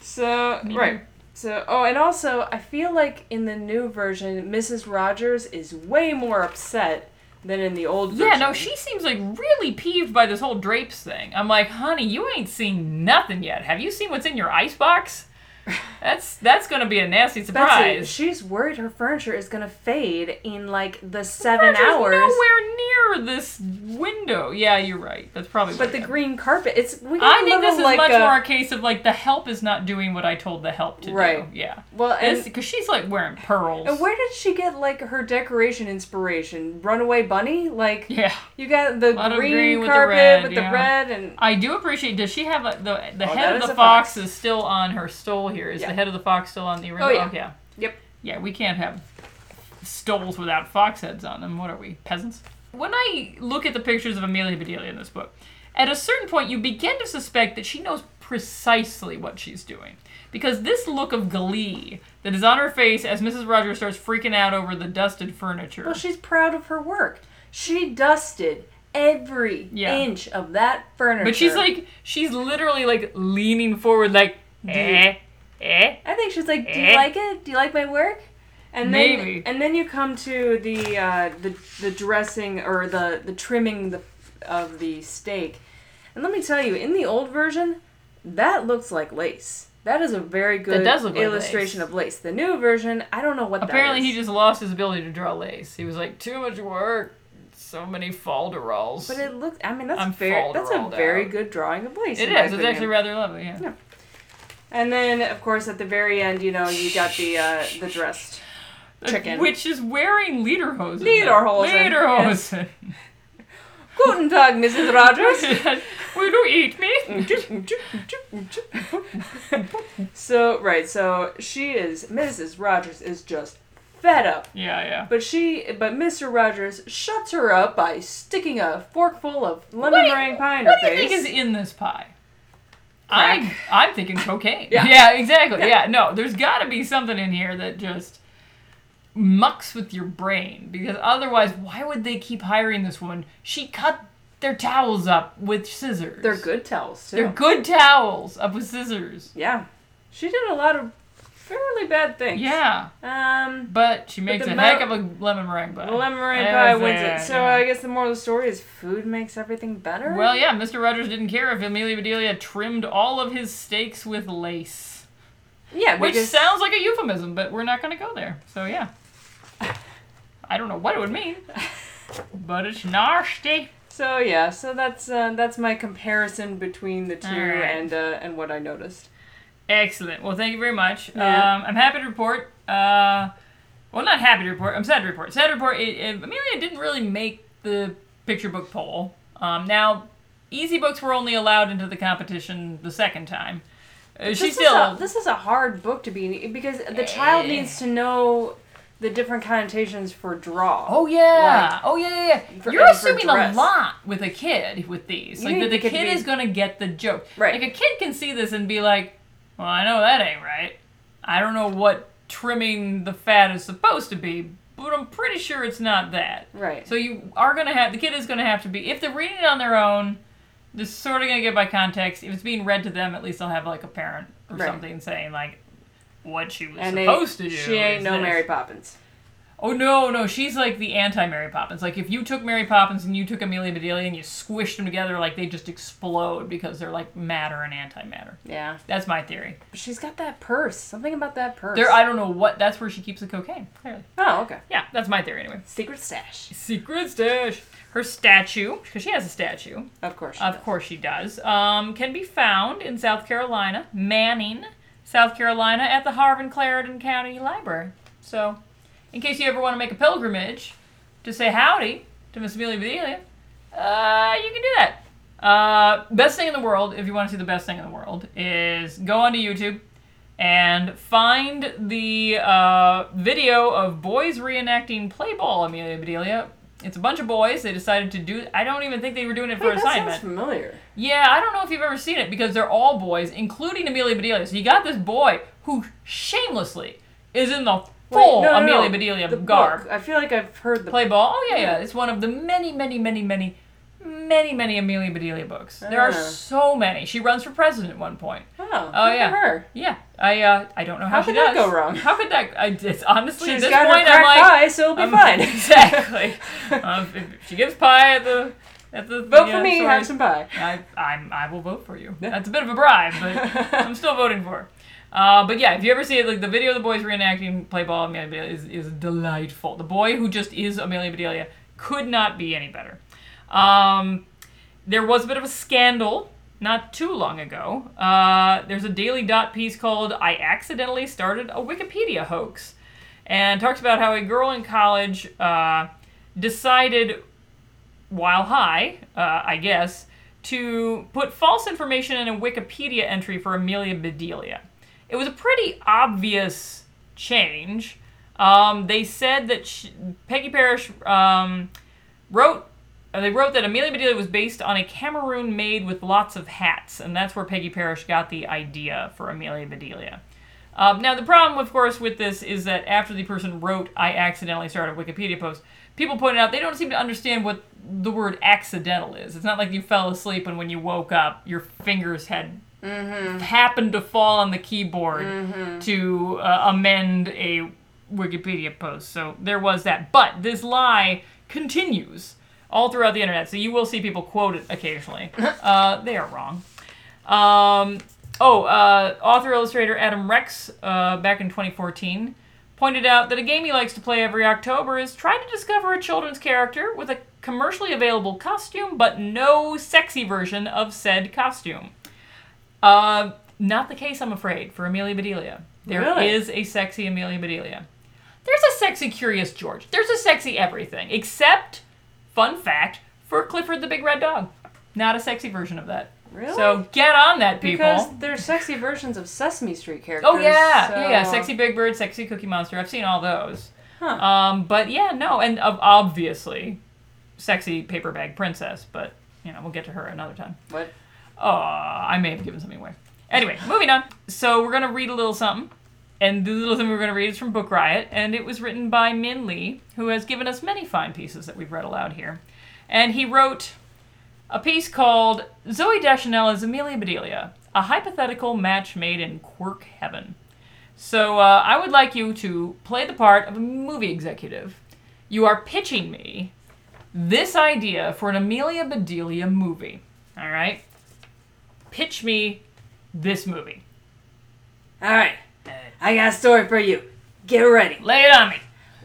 [SPEAKER 5] So right. So oh, and also I feel like in the new version, Mrs. Rogers is way more upset than in the old version.
[SPEAKER 4] Yeah, no, she seems like really peeved by this whole drapes thing. I'm like, honey, you ain't seen nothing yet. Have you seen what's in your
[SPEAKER 5] [LAUGHS]
[SPEAKER 4] icebox? That's that's gonna be a nasty
[SPEAKER 5] Betsy,
[SPEAKER 4] surprise.
[SPEAKER 5] she's worried her furniture is gonna fade in like the seven
[SPEAKER 4] Roger's
[SPEAKER 5] hours.
[SPEAKER 4] nowhere near this window. Yeah, you're right. That's probably.
[SPEAKER 5] But
[SPEAKER 4] what
[SPEAKER 5] the
[SPEAKER 4] it is.
[SPEAKER 5] green carpet, it's we got
[SPEAKER 4] I think this is
[SPEAKER 5] like uh,
[SPEAKER 4] much
[SPEAKER 5] a,
[SPEAKER 4] more a case of like the help is not doing what I told the help to
[SPEAKER 5] Right.
[SPEAKER 4] do. Yeah.
[SPEAKER 5] well. And,
[SPEAKER 4] because she's like wearing pearls.
[SPEAKER 5] and where did she get like her decoration inspiration? Runaway bunny, like
[SPEAKER 4] yeah.
[SPEAKER 5] you got the
[SPEAKER 4] Lot of
[SPEAKER 5] green,
[SPEAKER 4] green with the
[SPEAKER 5] carpet
[SPEAKER 4] red,
[SPEAKER 5] with
[SPEAKER 4] yeah.
[SPEAKER 5] the red and
[SPEAKER 4] I do appreciate. Does she have a, the the
[SPEAKER 5] Oh,
[SPEAKER 4] head
[SPEAKER 5] that
[SPEAKER 4] of
[SPEAKER 5] is
[SPEAKER 4] the
[SPEAKER 5] a
[SPEAKER 4] fox,
[SPEAKER 5] fox.
[SPEAKER 4] is still on her stole here? Is
[SPEAKER 5] Yeah.
[SPEAKER 4] the head of the fox still on the original?
[SPEAKER 5] yeah.
[SPEAKER 4] Okay. yeah.
[SPEAKER 5] Yep.
[SPEAKER 4] we can't have stoles without fox heads on them. What are we peasants? When I look at the pictures of Amelia Bedelia in this book, at a certain point you begin to suspect that she knows precisely what she's doing because this look of glee that is on her face as Mrs. Rogers starts freaking out over the dusted furniture.
[SPEAKER 5] Well, she's proud of her work. She dusted every
[SPEAKER 4] Yeah.
[SPEAKER 5] inch of that furniture.
[SPEAKER 4] But she's like, she's literally like leaning forward, like, eh, eh.
[SPEAKER 5] I think she's like, do
[SPEAKER 4] Eh.
[SPEAKER 5] you like it? Do you like my work? And
[SPEAKER 4] Maybe.
[SPEAKER 5] then, and then you come to the uh, the the dressing or the the trimming the of the steak, and let me tell you, in the old version, that looks like lace. That is a very good
[SPEAKER 4] does look like
[SPEAKER 5] illustration of lace. The new version, I don't know what.
[SPEAKER 4] Apparently,
[SPEAKER 5] that
[SPEAKER 4] he
[SPEAKER 5] is.
[SPEAKER 4] just lost his ability to draw lace. He was like, too much work, so many falderals.
[SPEAKER 5] But it looks. I mean, that's
[SPEAKER 4] I'm
[SPEAKER 5] very. That's a
[SPEAKER 4] falderolled
[SPEAKER 5] very
[SPEAKER 4] out.
[SPEAKER 5] good drawing of lace.
[SPEAKER 4] it
[SPEAKER 5] in my
[SPEAKER 4] is. It's
[SPEAKER 5] opinion.
[SPEAKER 4] actually rather lovely. Yeah.
[SPEAKER 5] Yeah. And then, of course, at the very end, you know, you got the uh, the dressed chicken.
[SPEAKER 4] Which is wearing lederhosen.
[SPEAKER 5] Lederhosen, [LAUGHS]
[SPEAKER 4] Lederhosen.
[SPEAKER 5] Guten Tag, Mrs. Rogers.
[SPEAKER 4] [LAUGHS] Will you eat me?
[SPEAKER 5] Mm. so right, so she is Mrs. Rogers is just fed up,
[SPEAKER 4] Yeah, yeah.
[SPEAKER 5] but she but Mr. Rogers shuts her up by sticking a forkful of lemon
[SPEAKER 4] What do you-
[SPEAKER 5] meringue pie in her
[SPEAKER 4] What do you
[SPEAKER 5] face.
[SPEAKER 4] think is in this pie?
[SPEAKER 5] Crack.
[SPEAKER 4] I'm, I'm thinking cocaine.
[SPEAKER 5] [LAUGHS] Yeah.
[SPEAKER 4] exactly. Yeah. no, there's got to be something in here that just mucks with your brain because otherwise, why would they keep hiring this woman? She cut their towels up with scissors.
[SPEAKER 5] They're good towels too.
[SPEAKER 4] They're good towels up with scissors.
[SPEAKER 5] Yeah, she did a lot of fairly bad things.
[SPEAKER 4] Yeah,
[SPEAKER 5] Um.
[SPEAKER 4] but she makes
[SPEAKER 5] the
[SPEAKER 4] a
[SPEAKER 5] mo-
[SPEAKER 4] heck of a lemon meringue pie.
[SPEAKER 5] The lemon meringue
[SPEAKER 4] As
[SPEAKER 5] pie wins
[SPEAKER 4] a-
[SPEAKER 5] it. So
[SPEAKER 4] yeah.
[SPEAKER 5] I guess the moral of the story is food makes everything better.
[SPEAKER 4] Well, yeah, Mr. Rogers didn't care if Amelia Bedelia trimmed all of his steaks with lace.
[SPEAKER 5] yeah,
[SPEAKER 4] Which
[SPEAKER 5] because- [LAUGHS]
[SPEAKER 4] sounds like a euphemism, but we're not going to go there. So yeah, I don't know what it would mean, but it's nasty.
[SPEAKER 5] So yeah, so that's uh, that's my comparison between the two
[SPEAKER 4] Alright.
[SPEAKER 5] and uh, and what I noticed.
[SPEAKER 4] Excellent. Well, thank you very much.
[SPEAKER 5] Yeah.
[SPEAKER 4] Um, I'm happy to report. Uh, well, not happy to report. I'm sad to report. Sad to report. It, it, Amelia didn't really make the picture book poll. Um, now, easy books were only allowed into the competition the second time. Uh, she
[SPEAKER 5] this
[SPEAKER 4] still.
[SPEAKER 5] is a, this is a hard book to be because the child
[SPEAKER 4] Eh.
[SPEAKER 5] needs to know the different connotations for draw.
[SPEAKER 4] Oh yeah! oh yeah! yeah, yeah.
[SPEAKER 5] for-
[SPEAKER 4] You're
[SPEAKER 5] and for
[SPEAKER 4] assuming a
[SPEAKER 5] dress.
[SPEAKER 4] lot with a kid with these.
[SPEAKER 5] You
[SPEAKER 4] Like
[SPEAKER 5] need
[SPEAKER 4] that the
[SPEAKER 5] the kid to
[SPEAKER 4] kid
[SPEAKER 5] be-
[SPEAKER 4] is gonna get the joke.
[SPEAKER 5] Right.
[SPEAKER 4] Like a kid can see this and be like, "Well, I know that ain't right. I don't know what trimming the fat is supposed to be, but I'm pretty sure it's not that."
[SPEAKER 5] right.
[SPEAKER 4] So you are gonna have the kid is gonna have to be if they're reading it on their own. This is sort of gonna get by context. If it's being read to them, at least they'll have like a parent or
[SPEAKER 5] Right.
[SPEAKER 4] something saying like what she was
[SPEAKER 5] and they-
[SPEAKER 4] supposed to do.
[SPEAKER 5] she ain't
[SPEAKER 4] is
[SPEAKER 5] no
[SPEAKER 4] this.
[SPEAKER 5] Mary Poppins.
[SPEAKER 4] Oh no, no, she's like the anti Mary Poppins. Like if you took Mary Poppins and you took Amelia Bedelia and you squished them together, like they just explode because they're like matter and antimatter.
[SPEAKER 5] Yeah,
[SPEAKER 4] That's my theory.
[SPEAKER 5] but she's got that purse. Something about that purse.
[SPEAKER 4] There, I don't know what. That's where she keeps the cocaine. Clearly,
[SPEAKER 5] oh okay.
[SPEAKER 4] yeah, that's my theory anyway.
[SPEAKER 5] Secret stash.
[SPEAKER 4] Secret stash. Her statue, because she has a statue.
[SPEAKER 5] Of course. she
[SPEAKER 4] Of
[SPEAKER 5] does.
[SPEAKER 4] course she does. Um, can be found in South Carolina, Manning, South Carolina, at the Harvin Clarendon County Library. So, in case you ever want to make a pilgrimage to say howdy to Miss Amelia Bedelia, uh, you can do that. Uh, best thing in the world, if you want to see the best thing in the world, is go onto YouTube and find the uh, video of boys reenacting play ball Amelia Bedelia. It's a bunch of boys. They decided to do. I don't even think they were doing it for
[SPEAKER 5] Wait, that
[SPEAKER 4] assignment.
[SPEAKER 5] sounds familiar.
[SPEAKER 4] Yeah, I don't know if you've ever seen it because they're all boys, including Amelia Bedelia. So you got this boy who shamelessly is in the full
[SPEAKER 5] Wait, no, no, no.
[SPEAKER 4] Amelia Bedelia
[SPEAKER 5] The
[SPEAKER 4] garb.
[SPEAKER 5] book. I feel like I've heard the
[SPEAKER 4] Play ball. Oh yeah, yeah. It's one of the many, many, many, many, many, many Amelia Bedelia books. There
[SPEAKER 5] Ah.
[SPEAKER 4] are so many. She runs for president at one point.
[SPEAKER 5] Oh,
[SPEAKER 4] Oh
[SPEAKER 5] good for
[SPEAKER 4] yeah,
[SPEAKER 5] her.
[SPEAKER 4] yeah. I uh, I don't know how,
[SPEAKER 5] How
[SPEAKER 4] she
[SPEAKER 5] could that
[SPEAKER 4] does.
[SPEAKER 5] go wrong?
[SPEAKER 4] How could that? I, it's honestly
[SPEAKER 5] She's
[SPEAKER 4] at this
[SPEAKER 5] got
[SPEAKER 4] point
[SPEAKER 5] her
[SPEAKER 4] I'm
[SPEAKER 5] crack
[SPEAKER 4] like
[SPEAKER 5] pie, so it'll be
[SPEAKER 4] um, [LAUGHS]
[SPEAKER 5] fine.
[SPEAKER 4] exactly. um, if she gives pie at the at the
[SPEAKER 5] Vote
[SPEAKER 4] yeah,
[SPEAKER 5] for me.
[SPEAKER 4] sorry.
[SPEAKER 5] Have some pie.
[SPEAKER 4] I, I'm, I will vote for you. That's a bit of a bribe, but I'm still voting for her. Uh, but yeah, if you ever see it, like the video of the boys reenacting play ball Amelia Bedelia is, is delightful. The boy who just is Amelia Bedelia could not be any better. Um, there was a bit of a scandal not too long ago. Uh, there's a Daily Dot piece called I Accidentally Started a Wikipedia Hoax and talks about how a girl in college uh, decided while high, uh, I guess, to put false information in a Wikipedia entry for Amelia Bedelia. It was a pretty obvious change. Um, they said that sh Peggy Parish um, wrote. uh, They wrote that Amelia Bedelia was based on a Cameroon maid with lots of hats, and that's where Peggy Parish got the idea for Amelia Bedelia. Um, now, the problem, of course, with this is that after the person wrote, I accidentally started a Wikipedia post, people pointed out they don't seem to understand what the word accidental is. It's not like you fell asleep and when you woke up, your fingers had happened to fall on the keyboard to uh, amend a Wikipedia post. So there was that. But this lie continues all throughout the internet, so you will see people quote it occasionally. uh, they are wrong. Um, oh, uh, author illustrator Adam Rex, uh, back in 2014, pointed out that a game he likes to play every October is try to discover a children's character with a commercially available costume, but no sexy version of said costume. Uh, not the case, I'm afraid, for Amelia Bedelia. There is
[SPEAKER 5] Really?
[SPEAKER 4] a sexy Amelia Bedelia. There's a sexy Curious George. There's a sexy everything, except, fun fact, for Clifford the Big Red Dog. Not a sexy version of that.
[SPEAKER 5] Really?
[SPEAKER 4] So get on that, people.
[SPEAKER 5] Because they're sexy versions of Sesame Street characters.
[SPEAKER 4] oh yeah, yeah, yeah,
[SPEAKER 5] so-
[SPEAKER 4] sexy Big Bird, sexy Cookie Monster. I've seen all those.
[SPEAKER 5] Huh.
[SPEAKER 4] Um, but yeah, no, and ob- obviously, sexy paper bag princess. But you know, we'll get to her another time.
[SPEAKER 5] What?
[SPEAKER 4] Oh, I may have given something away. Anyway, moving on. So we're gonna read a little something, and the little thing we're gonna read is from Book Riot, and it was written by Min Lee, who has given us many fine pieces that we've read aloud here, and he wrote a piece called "Zoe Deschanel is Amelia Bedelia: A Hypothetical Match Made in Quirk Heaven." So uh, I would like you to play the part of a movie executive. You are pitching me this idea for an Amelia Bedelia movie. All right pitch me this movie. Uh,
[SPEAKER 5] All right. I got a story for you. Get ready.
[SPEAKER 4] Lay it on me.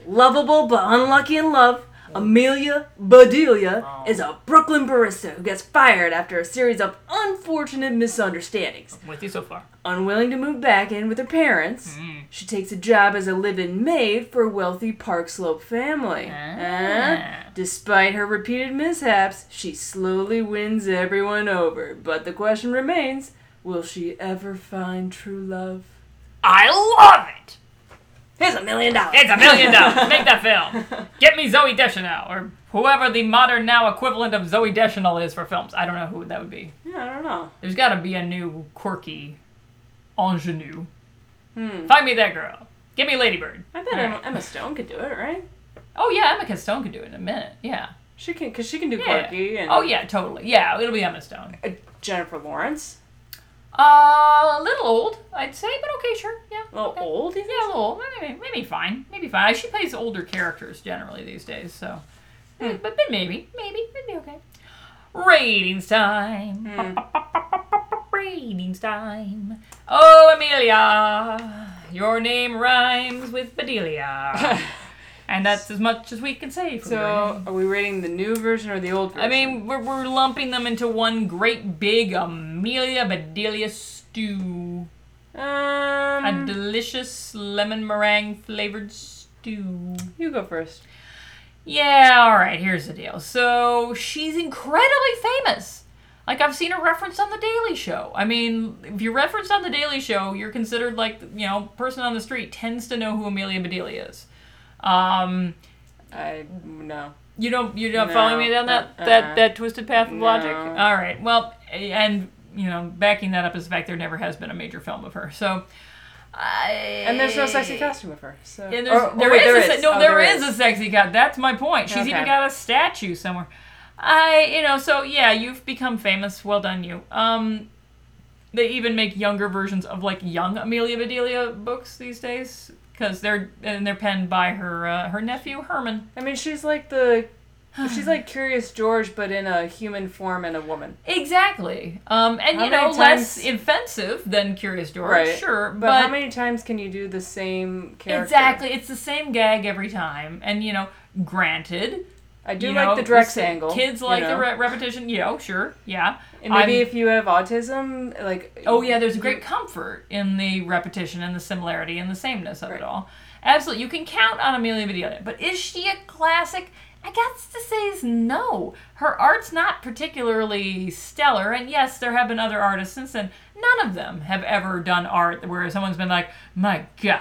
[SPEAKER 6] lovable but unlucky in love, Amelia Bedelia
[SPEAKER 4] Oh.
[SPEAKER 6] is a Brooklyn barista who gets fired after a series of unfortunate misunderstandings.
[SPEAKER 4] With you so far.
[SPEAKER 6] Unwilling to move back in with her parents,
[SPEAKER 4] Hmm.
[SPEAKER 6] she takes a job as a live-in maid for a wealthy Park Slope family. Uh,
[SPEAKER 5] Eh?
[SPEAKER 4] Ah.
[SPEAKER 6] Despite her repeated mishaps, she slowly wins everyone over. But the question remains will she ever find true love?
[SPEAKER 4] I love it.
[SPEAKER 6] Here's a million dollars.
[SPEAKER 4] It's a
[SPEAKER 5] [LAUGHS]
[SPEAKER 4] million dollars. Make that film. Get me Zoe Deschanel or whoever the modern now equivalent of Zoe Deschanel is for films. I don't know who that would be.
[SPEAKER 5] Yeah, I don't know.
[SPEAKER 4] There's got to be a new quirky ingenue. Find me that girl. Give me Ladybird.
[SPEAKER 5] Hmm. I bet Emma, Emma Stone could do it, right?
[SPEAKER 4] Oh yeah, Emma Stone could do it in a minute. Yeah.
[SPEAKER 5] She can, cause she can do
[SPEAKER 4] Yeah.
[SPEAKER 5] quirky and
[SPEAKER 4] Oh yeah, totally. Yeah, it'll be Emma Stone.
[SPEAKER 5] uh, Jennifer Lawrence.
[SPEAKER 4] Uh, a little old, I'd say, but okay, sure. Yeah.
[SPEAKER 5] A little
[SPEAKER 4] okay.
[SPEAKER 5] old, you think?
[SPEAKER 4] Yeah, a little. Maybe, maybe fine. Maybe fine. She plays older characters generally these days, so. But, but maybe, maybe, it'd be okay. Ratings time. Ratings time. Oh, Amelia, your name rhymes with Bedelia, and that's as much as we can say. For your
[SPEAKER 5] So,
[SPEAKER 4] name.
[SPEAKER 5] are we rating the new version or the old version?
[SPEAKER 4] I mean, we're, we're lumping them into one great big Amelia Bedelia stew. A
[SPEAKER 5] um,
[SPEAKER 4] delicious lemon meringue flavored stew.
[SPEAKER 5] you go first.
[SPEAKER 4] Yeah, alright, here's the deal. So, she's incredibly famous. Like, I've seen her referenced on The Daily Show. I mean, if you're referenced on The Daily Show, you're considered like, you know, person on the street tends to know who Amelia Bedelia is. Um,
[SPEAKER 5] I no.
[SPEAKER 4] You don't you're not
[SPEAKER 5] No,
[SPEAKER 4] following me down that,
[SPEAKER 5] uh-uh.
[SPEAKER 4] that that twisted path of logic?
[SPEAKER 5] No.
[SPEAKER 4] All right. Well, and you know, backing that up is the fact there never has been a major film of her. So I
[SPEAKER 5] And there's no sexy costume of her. So
[SPEAKER 4] And there's,
[SPEAKER 5] Or- oh,
[SPEAKER 4] there
[SPEAKER 5] wait,
[SPEAKER 4] is
[SPEAKER 5] Eh. there
[SPEAKER 4] a, se-
[SPEAKER 5] is.
[SPEAKER 4] no
[SPEAKER 5] Oh,
[SPEAKER 4] there is, a sexy cat. That's my point. She's even
[SPEAKER 5] Okay.
[SPEAKER 4] got a statue somewhere. I you know, so yeah, you've become famous. Well done you. Um they even make younger versions of like young Amelia Bedelia books these days cuz they're and they're penned by her uh, her nephew Herman.
[SPEAKER 5] I mean, she's like the. She's like Curious George, but in a human form and a woman.
[SPEAKER 4] Exactly. Um, and
[SPEAKER 5] How
[SPEAKER 4] you know,
[SPEAKER 5] many
[SPEAKER 4] less
[SPEAKER 5] times-
[SPEAKER 4] offensive than Curious George,
[SPEAKER 5] Right.
[SPEAKER 4] sure,
[SPEAKER 5] But,
[SPEAKER 4] but,
[SPEAKER 5] how many times can you do the same character?
[SPEAKER 4] exactly, it's the same gag every time. And you know, granted,
[SPEAKER 5] I do
[SPEAKER 4] you
[SPEAKER 5] like
[SPEAKER 4] know,
[SPEAKER 5] the Drex
[SPEAKER 4] sa-
[SPEAKER 5] angle.
[SPEAKER 4] Kids
[SPEAKER 5] you
[SPEAKER 4] like the
[SPEAKER 5] know?
[SPEAKER 4] re- repetition. You know, sure, yeah.
[SPEAKER 5] And maybe
[SPEAKER 4] I'm-
[SPEAKER 5] if you have autism, like
[SPEAKER 4] oh yeah, there's a great comfort in the repetition and the similarity and the sameness of
[SPEAKER 5] Right.
[SPEAKER 4] it all. Absolutely, you can count on Amelia Bedelia. But is she a classic? I guess to say is no. Her art's not particularly stellar, and yes, there have been other artists since then. None of them have ever done art where someone's been like, "My God,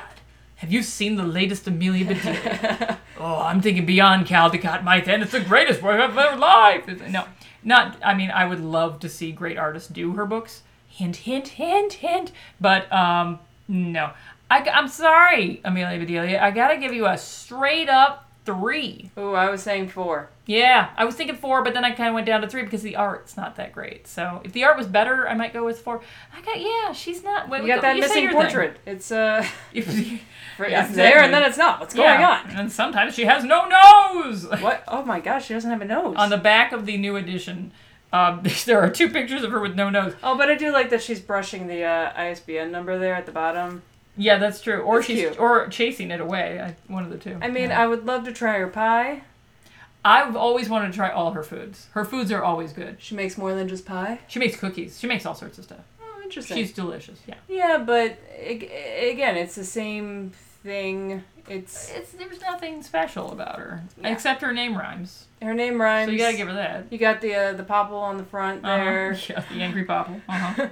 [SPEAKER 4] have you seen the
[SPEAKER 5] [LAUGHS]
[SPEAKER 4] latest Amelia Bedelia?" oh, I'm thinking beyond Caldecott, my then it's the greatest work of their life. No, not. I mean, I would love to see great artists do her books. Hint, hint, hint, hint. But um, no, I, am sorry, Amelia Bedelia. I gotta give you a straight up three.
[SPEAKER 5] Oh, I was saying four.
[SPEAKER 4] Yeah, I was thinking four, but then I kind of went down to three because the art's not that great. So if the art was better, I might go with four. I got yeah, she's not. Wait,
[SPEAKER 5] You got that
[SPEAKER 4] say
[SPEAKER 5] missing
[SPEAKER 4] your thing.
[SPEAKER 5] portrait. It's uh, [LAUGHS]
[SPEAKER 4] If-
[SPEAKER 5] it's there and then it's not. What's going
[SPEAKER 4] yeah.
[SPEAKER 5] on?
[SPEAKER 4] And sometimes she has no nose. [LAUGHS]
[SPEAKER 5] What? Oh my gosh, she doesn't have a nose.
[SPEAKER 4] on the back of the new edition, um, [LAUGHS] there are two pictures of her with no nose.
[SPEAKER 5] oh, but I do like that she's brushing the uh, ISBN number there at the bottom.
[SPEAKER 4] Yeah, that's true. Or
[SPEAKER 5] That's
[SPEAKER 4] she's
[SPEAKER 5] cute.
[SPEAKER 4] or chasing it away. I, one of the two.
[SPEAKER 5] I mean, I would love to try her pie.
[SPEAKER 4] I've always wanted to try all her foods. Her foods are always good.
[SPEAKER 5] She makes more than just pie.
[SPEAKER 4] She makes cookies. She makes all sorts of stuff.
[SPEAKER 5] Oh, interesting.
[SPEAKER 4] She's delicious. Yeah.
[SPEAKER 5] yeah, but ag- again, it's the same thing. It's
[SPEAKER 4] It's there's nothing special about her
[SPEAKER 5] Yeah.
[SPEAKER 4] except her name rhymes.
[SPEAKER 5] her name rhymes.
[SPEAKER 4] So you gotta give her that.
[SPEAKER 5] You got the uh, the popple on the front there.
[SPEAKER 4] Uh-huh. [LAUGHS] Yeah, the angry
[SPEAKER 5] [LAUGHS]
[SPEAKER 4] popple. Uh-huh.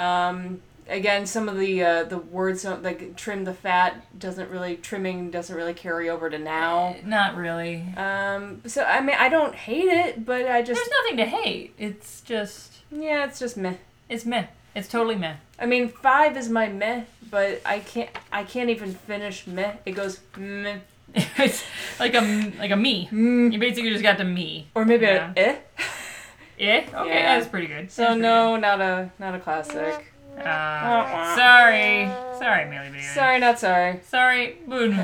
[SPEAKER 5] Um, again, some of the uh, the words don't, like trim the fat doesn't really trimming doesn't really carry over to now.
[SPEAKER 4] Not really.
[SPEAKER 5] Um, so I mean, I don't hate it, but I just
[SPEAKER 4] There's nothing to hate. It's just
[SPEAKER 5] yeah, it's just meh.
[SPEAKER 4] it's meh. It's totally meh. [LAUGHS]
[SPEAKER 5] I mean, five is my meh, but I can't I can't even finish meh. It goes meh,
[SPEAKER 4] it's like a like a me.
[SPEAKER 5] mm.
[SPEAKER 4] You basically just got to me.
[SPEAKER 5] or maybe
[SPEAKER 4] Yeah.
[SPEAKER 5] a eh. [LAUGHS]
[SPEAKER 4] Yeah. Okay,
[SPEAKER 5] Yeah.
[SPEAKER 4] that's pretty good.
[SPEAKER 5] So
[SPEAKER 4] That's
[SPEAKER 5] no, not a not a classic.
[SPEAKER 4] pretty good. Uh, sorry, sorry, Millie Vanilli.
[SPEAKER 5] Sorry, not
[SPEAKER 4] [LAUGHS]
[SPEAKER 5] sorry.
[SPEAKER 4] sorry,
[SPEAKER 5] [LAUGHS]
[SPEAKER 4] Boone.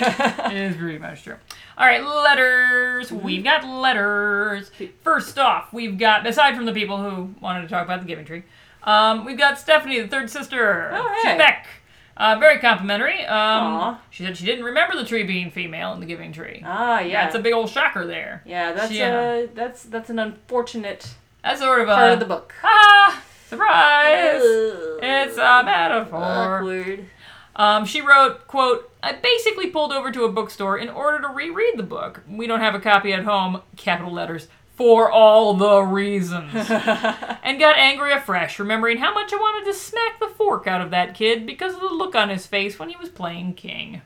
[SPEAKER 4] is pretty much true. All right, letters.
[SPEAKER 5] Mm-hmm.
[SPEAKER 4] We've got letters. First off, we've got aside from the people who wanted to talk about the giving tree, um, we've got Stephanie, the third sister.
[SPEAKER 5] Oh, hey.
[SPEAKER 4] She's back. Uh, very complimentary. Um,
[SPEAKER 5] Aw.
[SPEAKER 4] she said she didn't remember the tree being female in the Giving Tree.
[SPEAKER 5] Ah, yeah.
[SPEAKER 4] That's a big old shocker there.
[SPEAKER 5] yeah, that's
[SPEAKER 4] Yeah.
[SPEAKER 5] a that's that's an unfortunate
[SPEAKER 4] That's sort of a
[SPEAKER 5] part of the book.
[SPEAKER 4] Ah, surprise!
[SPEAKER 5] Ugh.
[SPEAKER 4] It's a metaphor. [LAUGHS]
[SPEAKER 5] Awkward.
[SPEAKER 4] Um, she wrote, "quote I basically pulled over to a bookstore in order to reread the book. We don't have a copy at home. Capital letters." For all the
[SPEAKER 5] Oh.
[SPEAKER 4] reasons.
[SPEAKER 5] [LAUGHS]
[SPEAKER 4] and got angry afresh, remembering how much I wanted to smack the fork out of that kid because of the look on his face when he was playing King.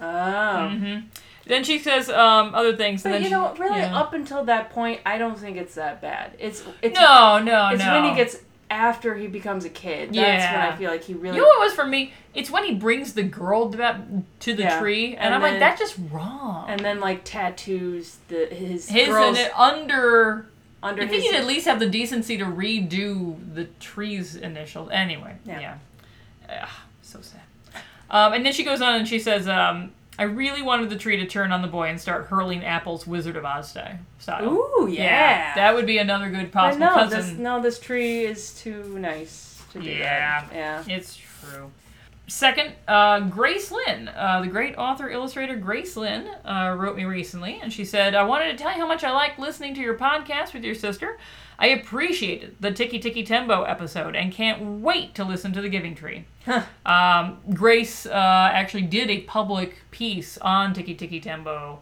[SPEAKER 4] Mm-hmm.
[SPEAKER 5] Oh.
[SPEAKER 4] Then she says um, other things. and
[SPEAKER 5] But
[SPEAKER 4] then
[SPEAKER 5] you
[SPEAKER 4] she-
[SPEAKER 5] know, what, really,
[SPEAKER 4] yeah.
[SPEAKER 5] up until that point, I don't think it's that bad. It's it's
[SPEAKER 4] No, no,
[SPEAKER 5] it's
[SPEAKER 4] no.
[SPEAKER 5] when he gets after he becomes a kid. That's when
[SPEAKER 4] Yeah.
[SPEAKER 5] I feel like he really.
[SPEAKER 4] You know what it was for me? It's when he brings the girl to, that- to the
[SPEAKER 5] Yeah.
[SPEAKER 4] tree, and,
[SPEAKER 5] And
[SPEAKER 4] I'm
[SPEAKER 5] then-
[SPEAKER 4] like, that's just wrong.
[SPEAKER 5] and then like tattoos the his,
[SPEAKER 4] his
[SPEAKER 5] girls
[SPEAKER 4] and it under.
[SPEAKER 5] under
[SPEAKER 4] I
[SPEAKER 5] his
[SPEAKER 4] think you'd at least have the decency to redo the tree's initial. Anyway,
[SPEAKER 5] Yeah.
[SPEAKER 4] yeah. Ugh, so sad. Um, and then she goes on and she says, um, I really wanted the tree to turn on the boy and start hurling apples Wizard of Oz style. style.
[SPEAKER 5] Ooh yeah.
[SPEAKER 4] That would be another
[SPEAKER 5] But
[SPEAKER 4] good possible
[SPEAKER 5] no,
[SPEAKER 4] cousin.
[SPEAKER 5] this no, this tree is too nice to do
[SPEAKER 4] Yeah.
[SPEAKER 5] that. Yeah.
[SPEAKER 4] It's true. Second, uh, Grace Lynn, uh, the great author illustrator Grace Lynn, uh, wrote me recently, and she said, "I wanted to tell you how much I like listening to your podcast with your sister. I appreciated the Tiki Tiki Tembo episode, and can't wait to listen to the Giving Tree." Um, Grace uh, actually did a public piece on Tiki Tiki Tembo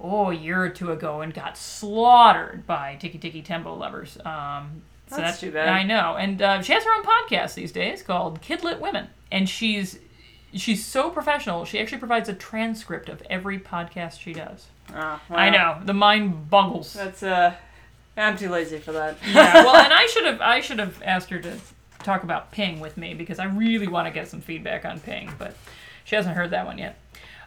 [SPEAKER 4] oh a year or two ago and got slaughtered by Tiki Tiki Tembo lovers. Um, so
[SPEAKER 5] That's too bad.
[SPEAKER 4] I know, and uh, she has her own podcast these days called Kidlit Women, and she's she's so professional. She actually provides a transcript of every podcast she does.
[SPEAKER 5] Ah, wow.
[SPEAKER 4] I know the mind boggles.
[SPEAKER 5] That's uh, I'm too lazy for that.
[SPEAKER 4] [LAUGHS] yeah, well, and I should have I should have asked her to talk about Ping with me because I really want to get some feedback on Ping, but she hasn't heard that one yet.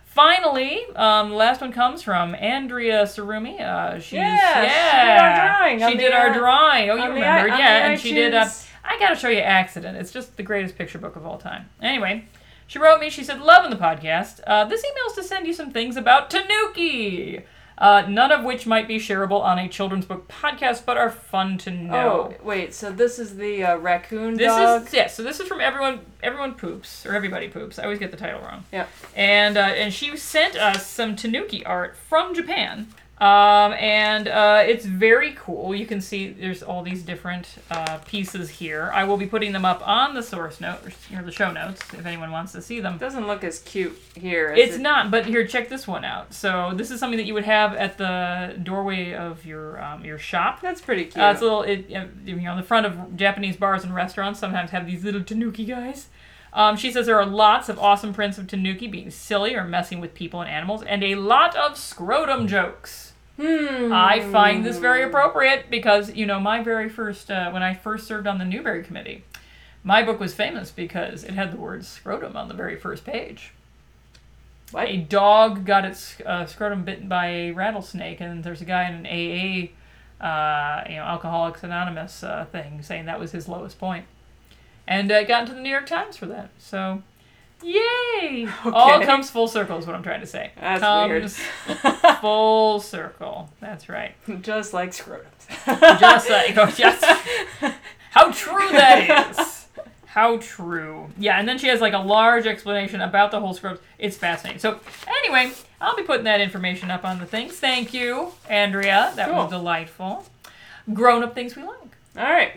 [SPEAKER 4] Finally, um, the last one comes from Andrea Sarumi. Uh, she's,
[SPEAKER 5] Yeah, she did
[SPEAKER 4] yeah,
[SPEAKER 5] our drawing on
[SPEAKER 4] She
[SPEAKER 5] the,
[SPEAKER 4] did our
[SPEAKER 5] uh,
[SPEAKER 4] drawing. Oh, you
[SPEAKER 5] on the i-
[SPEAKER 4] remembered,
[SPEAKER 5] on
[SPEAKER 4] yeah.
[SPEAKER 5] the
[SPEAKER 4] and she did. Uh,
[SPEAKER 5] iTunes.
[SPEAKER 4] I gotta show you Accident. It's just the greatest picture book of all time. Anyway, she wrote me. She said, "Loving the podcast. Uh, this email's to send you some things about Tanuki." Uh, none of which might be shareable on a children's book podcast, but are fun to know.
[SPEAKER 5] [LAUGHS] Oh wait, so this is the uh, raccoon
[SPEAKER 4] This
[SPEAKER 5] dog.
[SPEAKER 4] is yeah. So this is from everyone. Everyone poops or everybody poops. I always get the title wrong.
[SPEAKER 5] Yep.
[SPEAKER 4] And uh, and she sent us some Tanuki art from Japan. Um, and uh, it's very cool. You can see there's all these different uh, pieces here. I will be putting them up on the source note or the show notes if anyone wants to see them.
[SPEAKER 5] Doesn't look as cute here. as
[SPEAKER 4] It's
[SPEAKER 5] it-
[SPEAKER 4] not, but here, check this one out. So this is something that you would have at the doorway of your um, your shop.
[SPEAKER 5] That's pretty cute.
[SPEAKER 4] Uh, it's a little, it, uh, you know, the front of Japanese bars and restaurants sometimes have these little tanuki guys. Um, she says there are lots of awesome prints of tanuki being silly or messing with people and animals, and a lot of scrotum jokes.
[SPEAKER 5] Hmm.
[SPEAKER 4] I find this very appropriate because, you know, my very first, uh, when I first served on the Newberry Committee, my book was famous because it had the word scrotum on the very first page.
[SPEAKER 5] What?
[SPEAKER 4] A dog got its uh, scrotum bitten by a rattlesnake, and there's a guy in an AA, uh, you know, Alcoholics Anonymous uh, thing saying that was his lowest point. And uh, it got into the New York Times for that. So, yay! All
[SPEAKER 5] Okay.
[SPEAKER 4] comes full circle, is what I'm trying to say.
[SPEAKER 5] That's
[SPEAKER 4] comes full circle.
[SPEAKER 5] [LAUGHS]
[SPEAKER 4] That's right.
[SPEAKER 5] weird. [LAUGHS] Just like scrotums. [LAUGHS]
[SPEAKER 4] Just like, oh, yes. How true that
[SPEAKER 5] [LAUGHS]
[SPEAKER 4] is. How true. Yeah, and then she has like a large explanation about the whole script. It's fascinating. So, anyway, I'll be putting that information up on the things. Thank you, Andrea. That
[SPEAKER 5] Cool.
[SPEAKER 4] was delightful. Grown up things we like.
[SPEAKER 5] All right.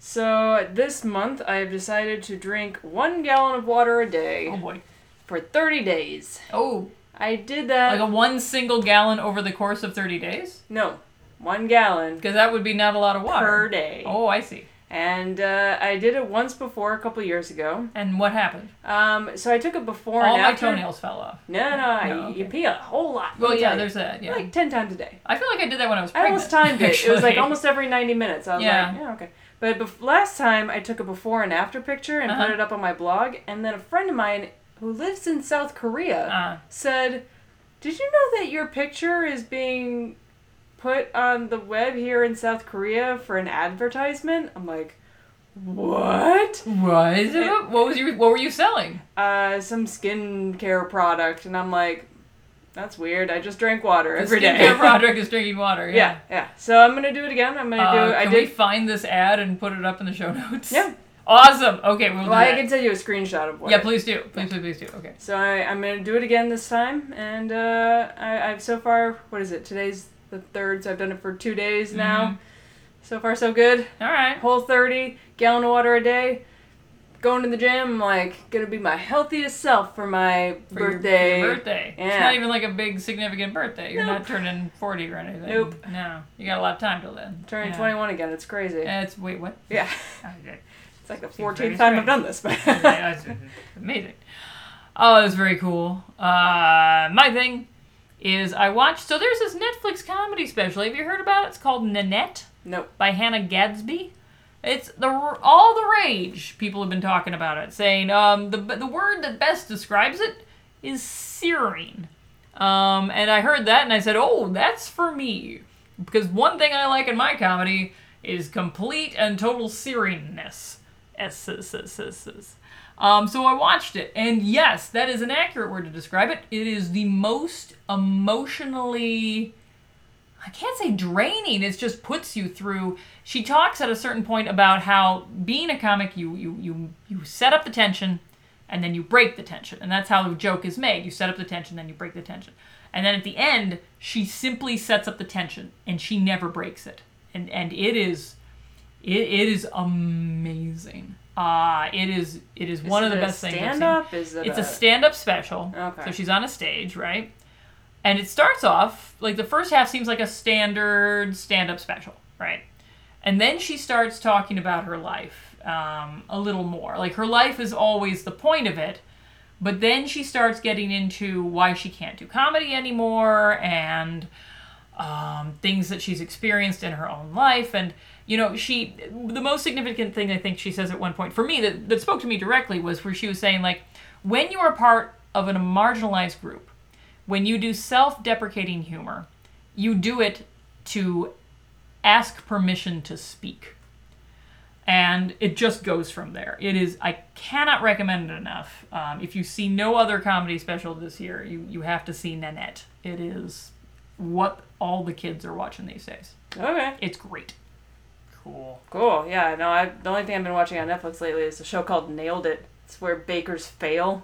[SPEAKER 5] So this month I have decided to drink one gallon of water a
[SPEAKER 4] Oh
[SPEAKER 5] day
[SPEAKER 4] boy.
[SPEAKER 5] for 30 days.
[SPEAKER 4] Oh,
[SPEAKER 5] I did
[SPEAKER 4] like
[SPEAKER 5] that.
[SPEAKER 4] a one single gallon over the course of 30 days?
[SPEAKER 5] no, one gallon
[SPEAKER 4] Because that would be not a lot of water.
[SPEAKER 5] per day.
[SPEAKER 4] Oh, I see.
[SPEAKER 5] And uh, I did it once before a couple years ago.
[SPEAKER 4] And what happened?
[SPEAKER 5] Um, so I took it before
[SPEAKER 4] All
[SPEAKER 5] and
[SPEAKER 4] my
[SPEAKER 5] after.
[SPEAKER 4] toenails fell off.
[SPEAKER 5] No, no, no.
[SPEAKER 4] No,
[SPEAKER 5] you- You
[SPEAKER 4] okay.
[SPEAKER 5] pee a whole lot.
[SPEAKER 4] Well,
[SPEAKER 5] let me
[SPEAKER 4] yeah,
[SPEAKER 5] tell you.
[SPEAKER 4] there's that. Yeah.
[SPEAKER 5] like 10 times a day.
[SPEAKER 4] I feel like I did that when I was
[SPEAKER 5] I
[SPEAKER 4] pregnant.
[SPEAKER 5] almost timed it. It was like
[SPEAKER 4] actually.
[SPEAKER 5] almost every 90 minutes. I was
[SPEAKER 4] Yeah.
[SPEAKER 5] like, yeah, okay. But bef- last time I took a before and after picture and put
[SPEAKER 4] Uh-huh.
[SPEAKER 5] it up on my blog, and then a friend of mine who lives in South Korea
[SPEAKER 4] [LAUGHS] Uh,
[SPEAKER 5] said, Did you know that your picture is being put on the web here in South Korea for an advertisement? I'm like, What?
[SPEAKER 4] What? What was you? What were you selling?
[SPEAKER 5] Uh, some skincare product. And I'm like, That's weird. I just drank water every day. [LAUGHS]
[SPEAKER 4] Skincare product is drinking water.
[SPEAKER 5] Yeah,
[SPEAKER 4] Yeah.
[SPEAKER 5] yeah. So I'm gonna do it again. I'm gonna
[SPEAKER 4] Uh,
[SPEAKER 5] do. I
[SPEAKER 4] can
[SPEAKER 5] did
[SPEAKER 4] we find this ad and put it up in the show notes?
[SPEAKER 5] Yeah.
[SPEAKER 4] [LAUGHS] Awesome. Okay, we'll do
[SPEAKER 5] Well, I
[SPEAKER 4] that.
[SPEAKER 5] can send you a screenshot of one.
[SPEAKER 4] yeah, please do. Please, please, please do. Okay.
[SPEAKER 5] So I, I'm gonna do it again this time, and uh, I, I've so far what is it? Today's the third, so I've done it for two days
[SPEAKER 4] Mm-hmm.
[SPEAKER 5] now. So far so good.
[SPEAKER 4] All right.
[SPEAKER 5] Whole 30 gallon of water a day. Going to the gym, I'm like gonna be my healthiest self for my
[SPEAKER 4] For your- for
[SPEAKER 5] birthday.
[SPEAKER 4] Your, birthday. It's
[SPEAKER 5] Yeah.
[SPEAKER 4] not even like a big significant birthday. You're not
[SPEAKER 5] Nope.
[SPEAKER 4] turning 40 or anything.
[SPEAKER 5] Nope.
[SPEAKER 4] No. You got a lot of time till then.
[SPEAKER 5] Turning
[SPEAKER 4] Yeah.
[SPEAKER 5] 21 again, it's crazy.
[SPEAKER 4] Uh, It's wait what? Oh,
[SPEAKER 5] yeah, [LAUGHS]
[SPEAKER 4] Okay.
[SPEAKER 5] it's like the
[SPEAKER 4] Seems very
[SPEAKER 5] 14th time
[SPEAKER 4] strange.
[SPEAKER 5] I've done this. but-
[SPEAKER 4] Yeah, it's amazing. Oh, that's very cool. Uh, my thing is I watched. So there's this Netflix comedy special. Have you heard about it? It's called Nanette
[SPEAKER 5] [LAUGHS] nope.
[SPEAKER 4] by Hannah Gadsby. It's the all the rage. People have been talking about it, saying um, the the word that best describes it is searing. Um, and I heard that, and I said, "Oh, that's for me," because one thing I like in my comedy is complete and total searingness. S s s s s. Um, so I watched it, and yes, that is an accurate word to describe it. It is the most emotionally I can't say draining. It just puts you through. She talks at a certain point about how being a comic, you you you you set up the tension, and then you break the tension, and that's how the joke is made. You set up the tension, then you break the tension, and then at the end, she simply sets up the tension, and she never breaks it, and and it is, it, it is amazing. Uh, it is it is, one of
[SPEAKER 5] it
[SPEAKER 4] the
[SPEAKER 5] a
[SPEAKER 4] best things. I've seen.
[SPEAKER 5] stand-up? Is it
[SPEAKER 4] It's a
[SPEAKER 5] a-
[SPEAKER 4] stand-up special.
[SPEAKER 5] Okay.
[SPEAKER 4] So she's on a stage, right? And it starts off like the first half seems like a standard stand-up special, right? And then she starts talking about her life um, a little more. Like her life is always the point of it, but then she starts getting into why she can't do comedy anymore and um, things that she's experienced in her own life. And, you know, she, the most significant thing I think she says at one point for me that, that spoke to me directly was where she was saying, like, when you are part of a marginalized group, when you do self deprecating humor, you do it to ask permission to speak. And it just goes from there. It is, I cannot recommend it enough. Um, if you see no other comedy special this year, you, you have to see Nanette. It is what all the kids are watching these days.
[SPEAKER 5] Okay.
[SPEAKER 4] It's great. Cool.
[SPEAKER 5] Cool. Yeah. No. I, the only thing I've been watching on Netflix lately is a show called Nailed It. It's where bakers fail.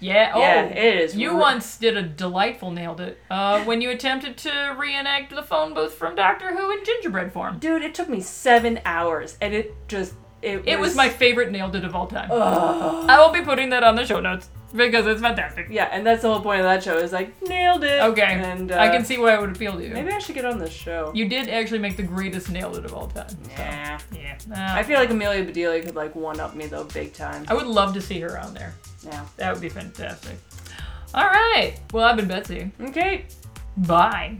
[SPEAKER 4] Yeah. Oh,
[SPEAKER 5] Yeah, it is
[SPEAKER 4] You
[SPEAKER 5] re-
[SPEAKER 4] once did a delightful nailed it uh, when you attempted to reenact the phone booth from Doctor Who in gingerbread form.
[SPEAKER 5] Dude, it took me seven hours, and it just it.
[SPEAKER 4] It was my favorite nailed it of all time. I will be putting that on the show notes because it's fantastic.
[SPEAKER 5] Yeah, and that's the whole point of that show. Is like nailed it.
[SPEAKER 4] Okay.
[SPEAKER 5] And uh,
[SPEAKER 4] I can see why it would appeal to you.
[SPEAKER 5] Maybe I should get on this show.
[SPEAKER 4] You did actually make the greatest nailed it of all time.
[SPEAKER 5] Nah.
[SPEAKER 4] Yeah.
[SPEAKER 5] I feel like Amelia Bedelia could like one up me though, big time.
[SPEAKER 4] I would love to see her on there.
[SPEAKER 5] Yeah.
[SPEAKER 4] That would be fantastic. All right. Well, I've been Betsy.
[SPEAKER 5] Okay.
[SPEAKER 4] Bye.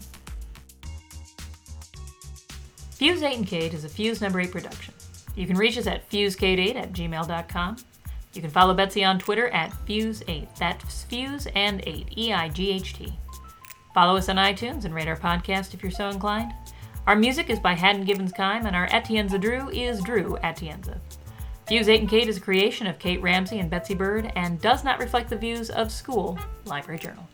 [SPEAKER 4] Fuse 8 and Kate is a Fuse number 8 production. You can reach us at fusekate8 at gmail.com. You can follow Betsy on Twitter at Fuse8. That's Fuse and 8, E I G H T. Follow us on iTunes and rate our podcast if you're so inclined. Our music is by Haddon Gibbons Kime, and our Atienza Drew is Drew Atienza. Fuse 8 and Kate is a creation of Kate Ramsey and Betsy Bird and does not reflect the views of School Library Journal.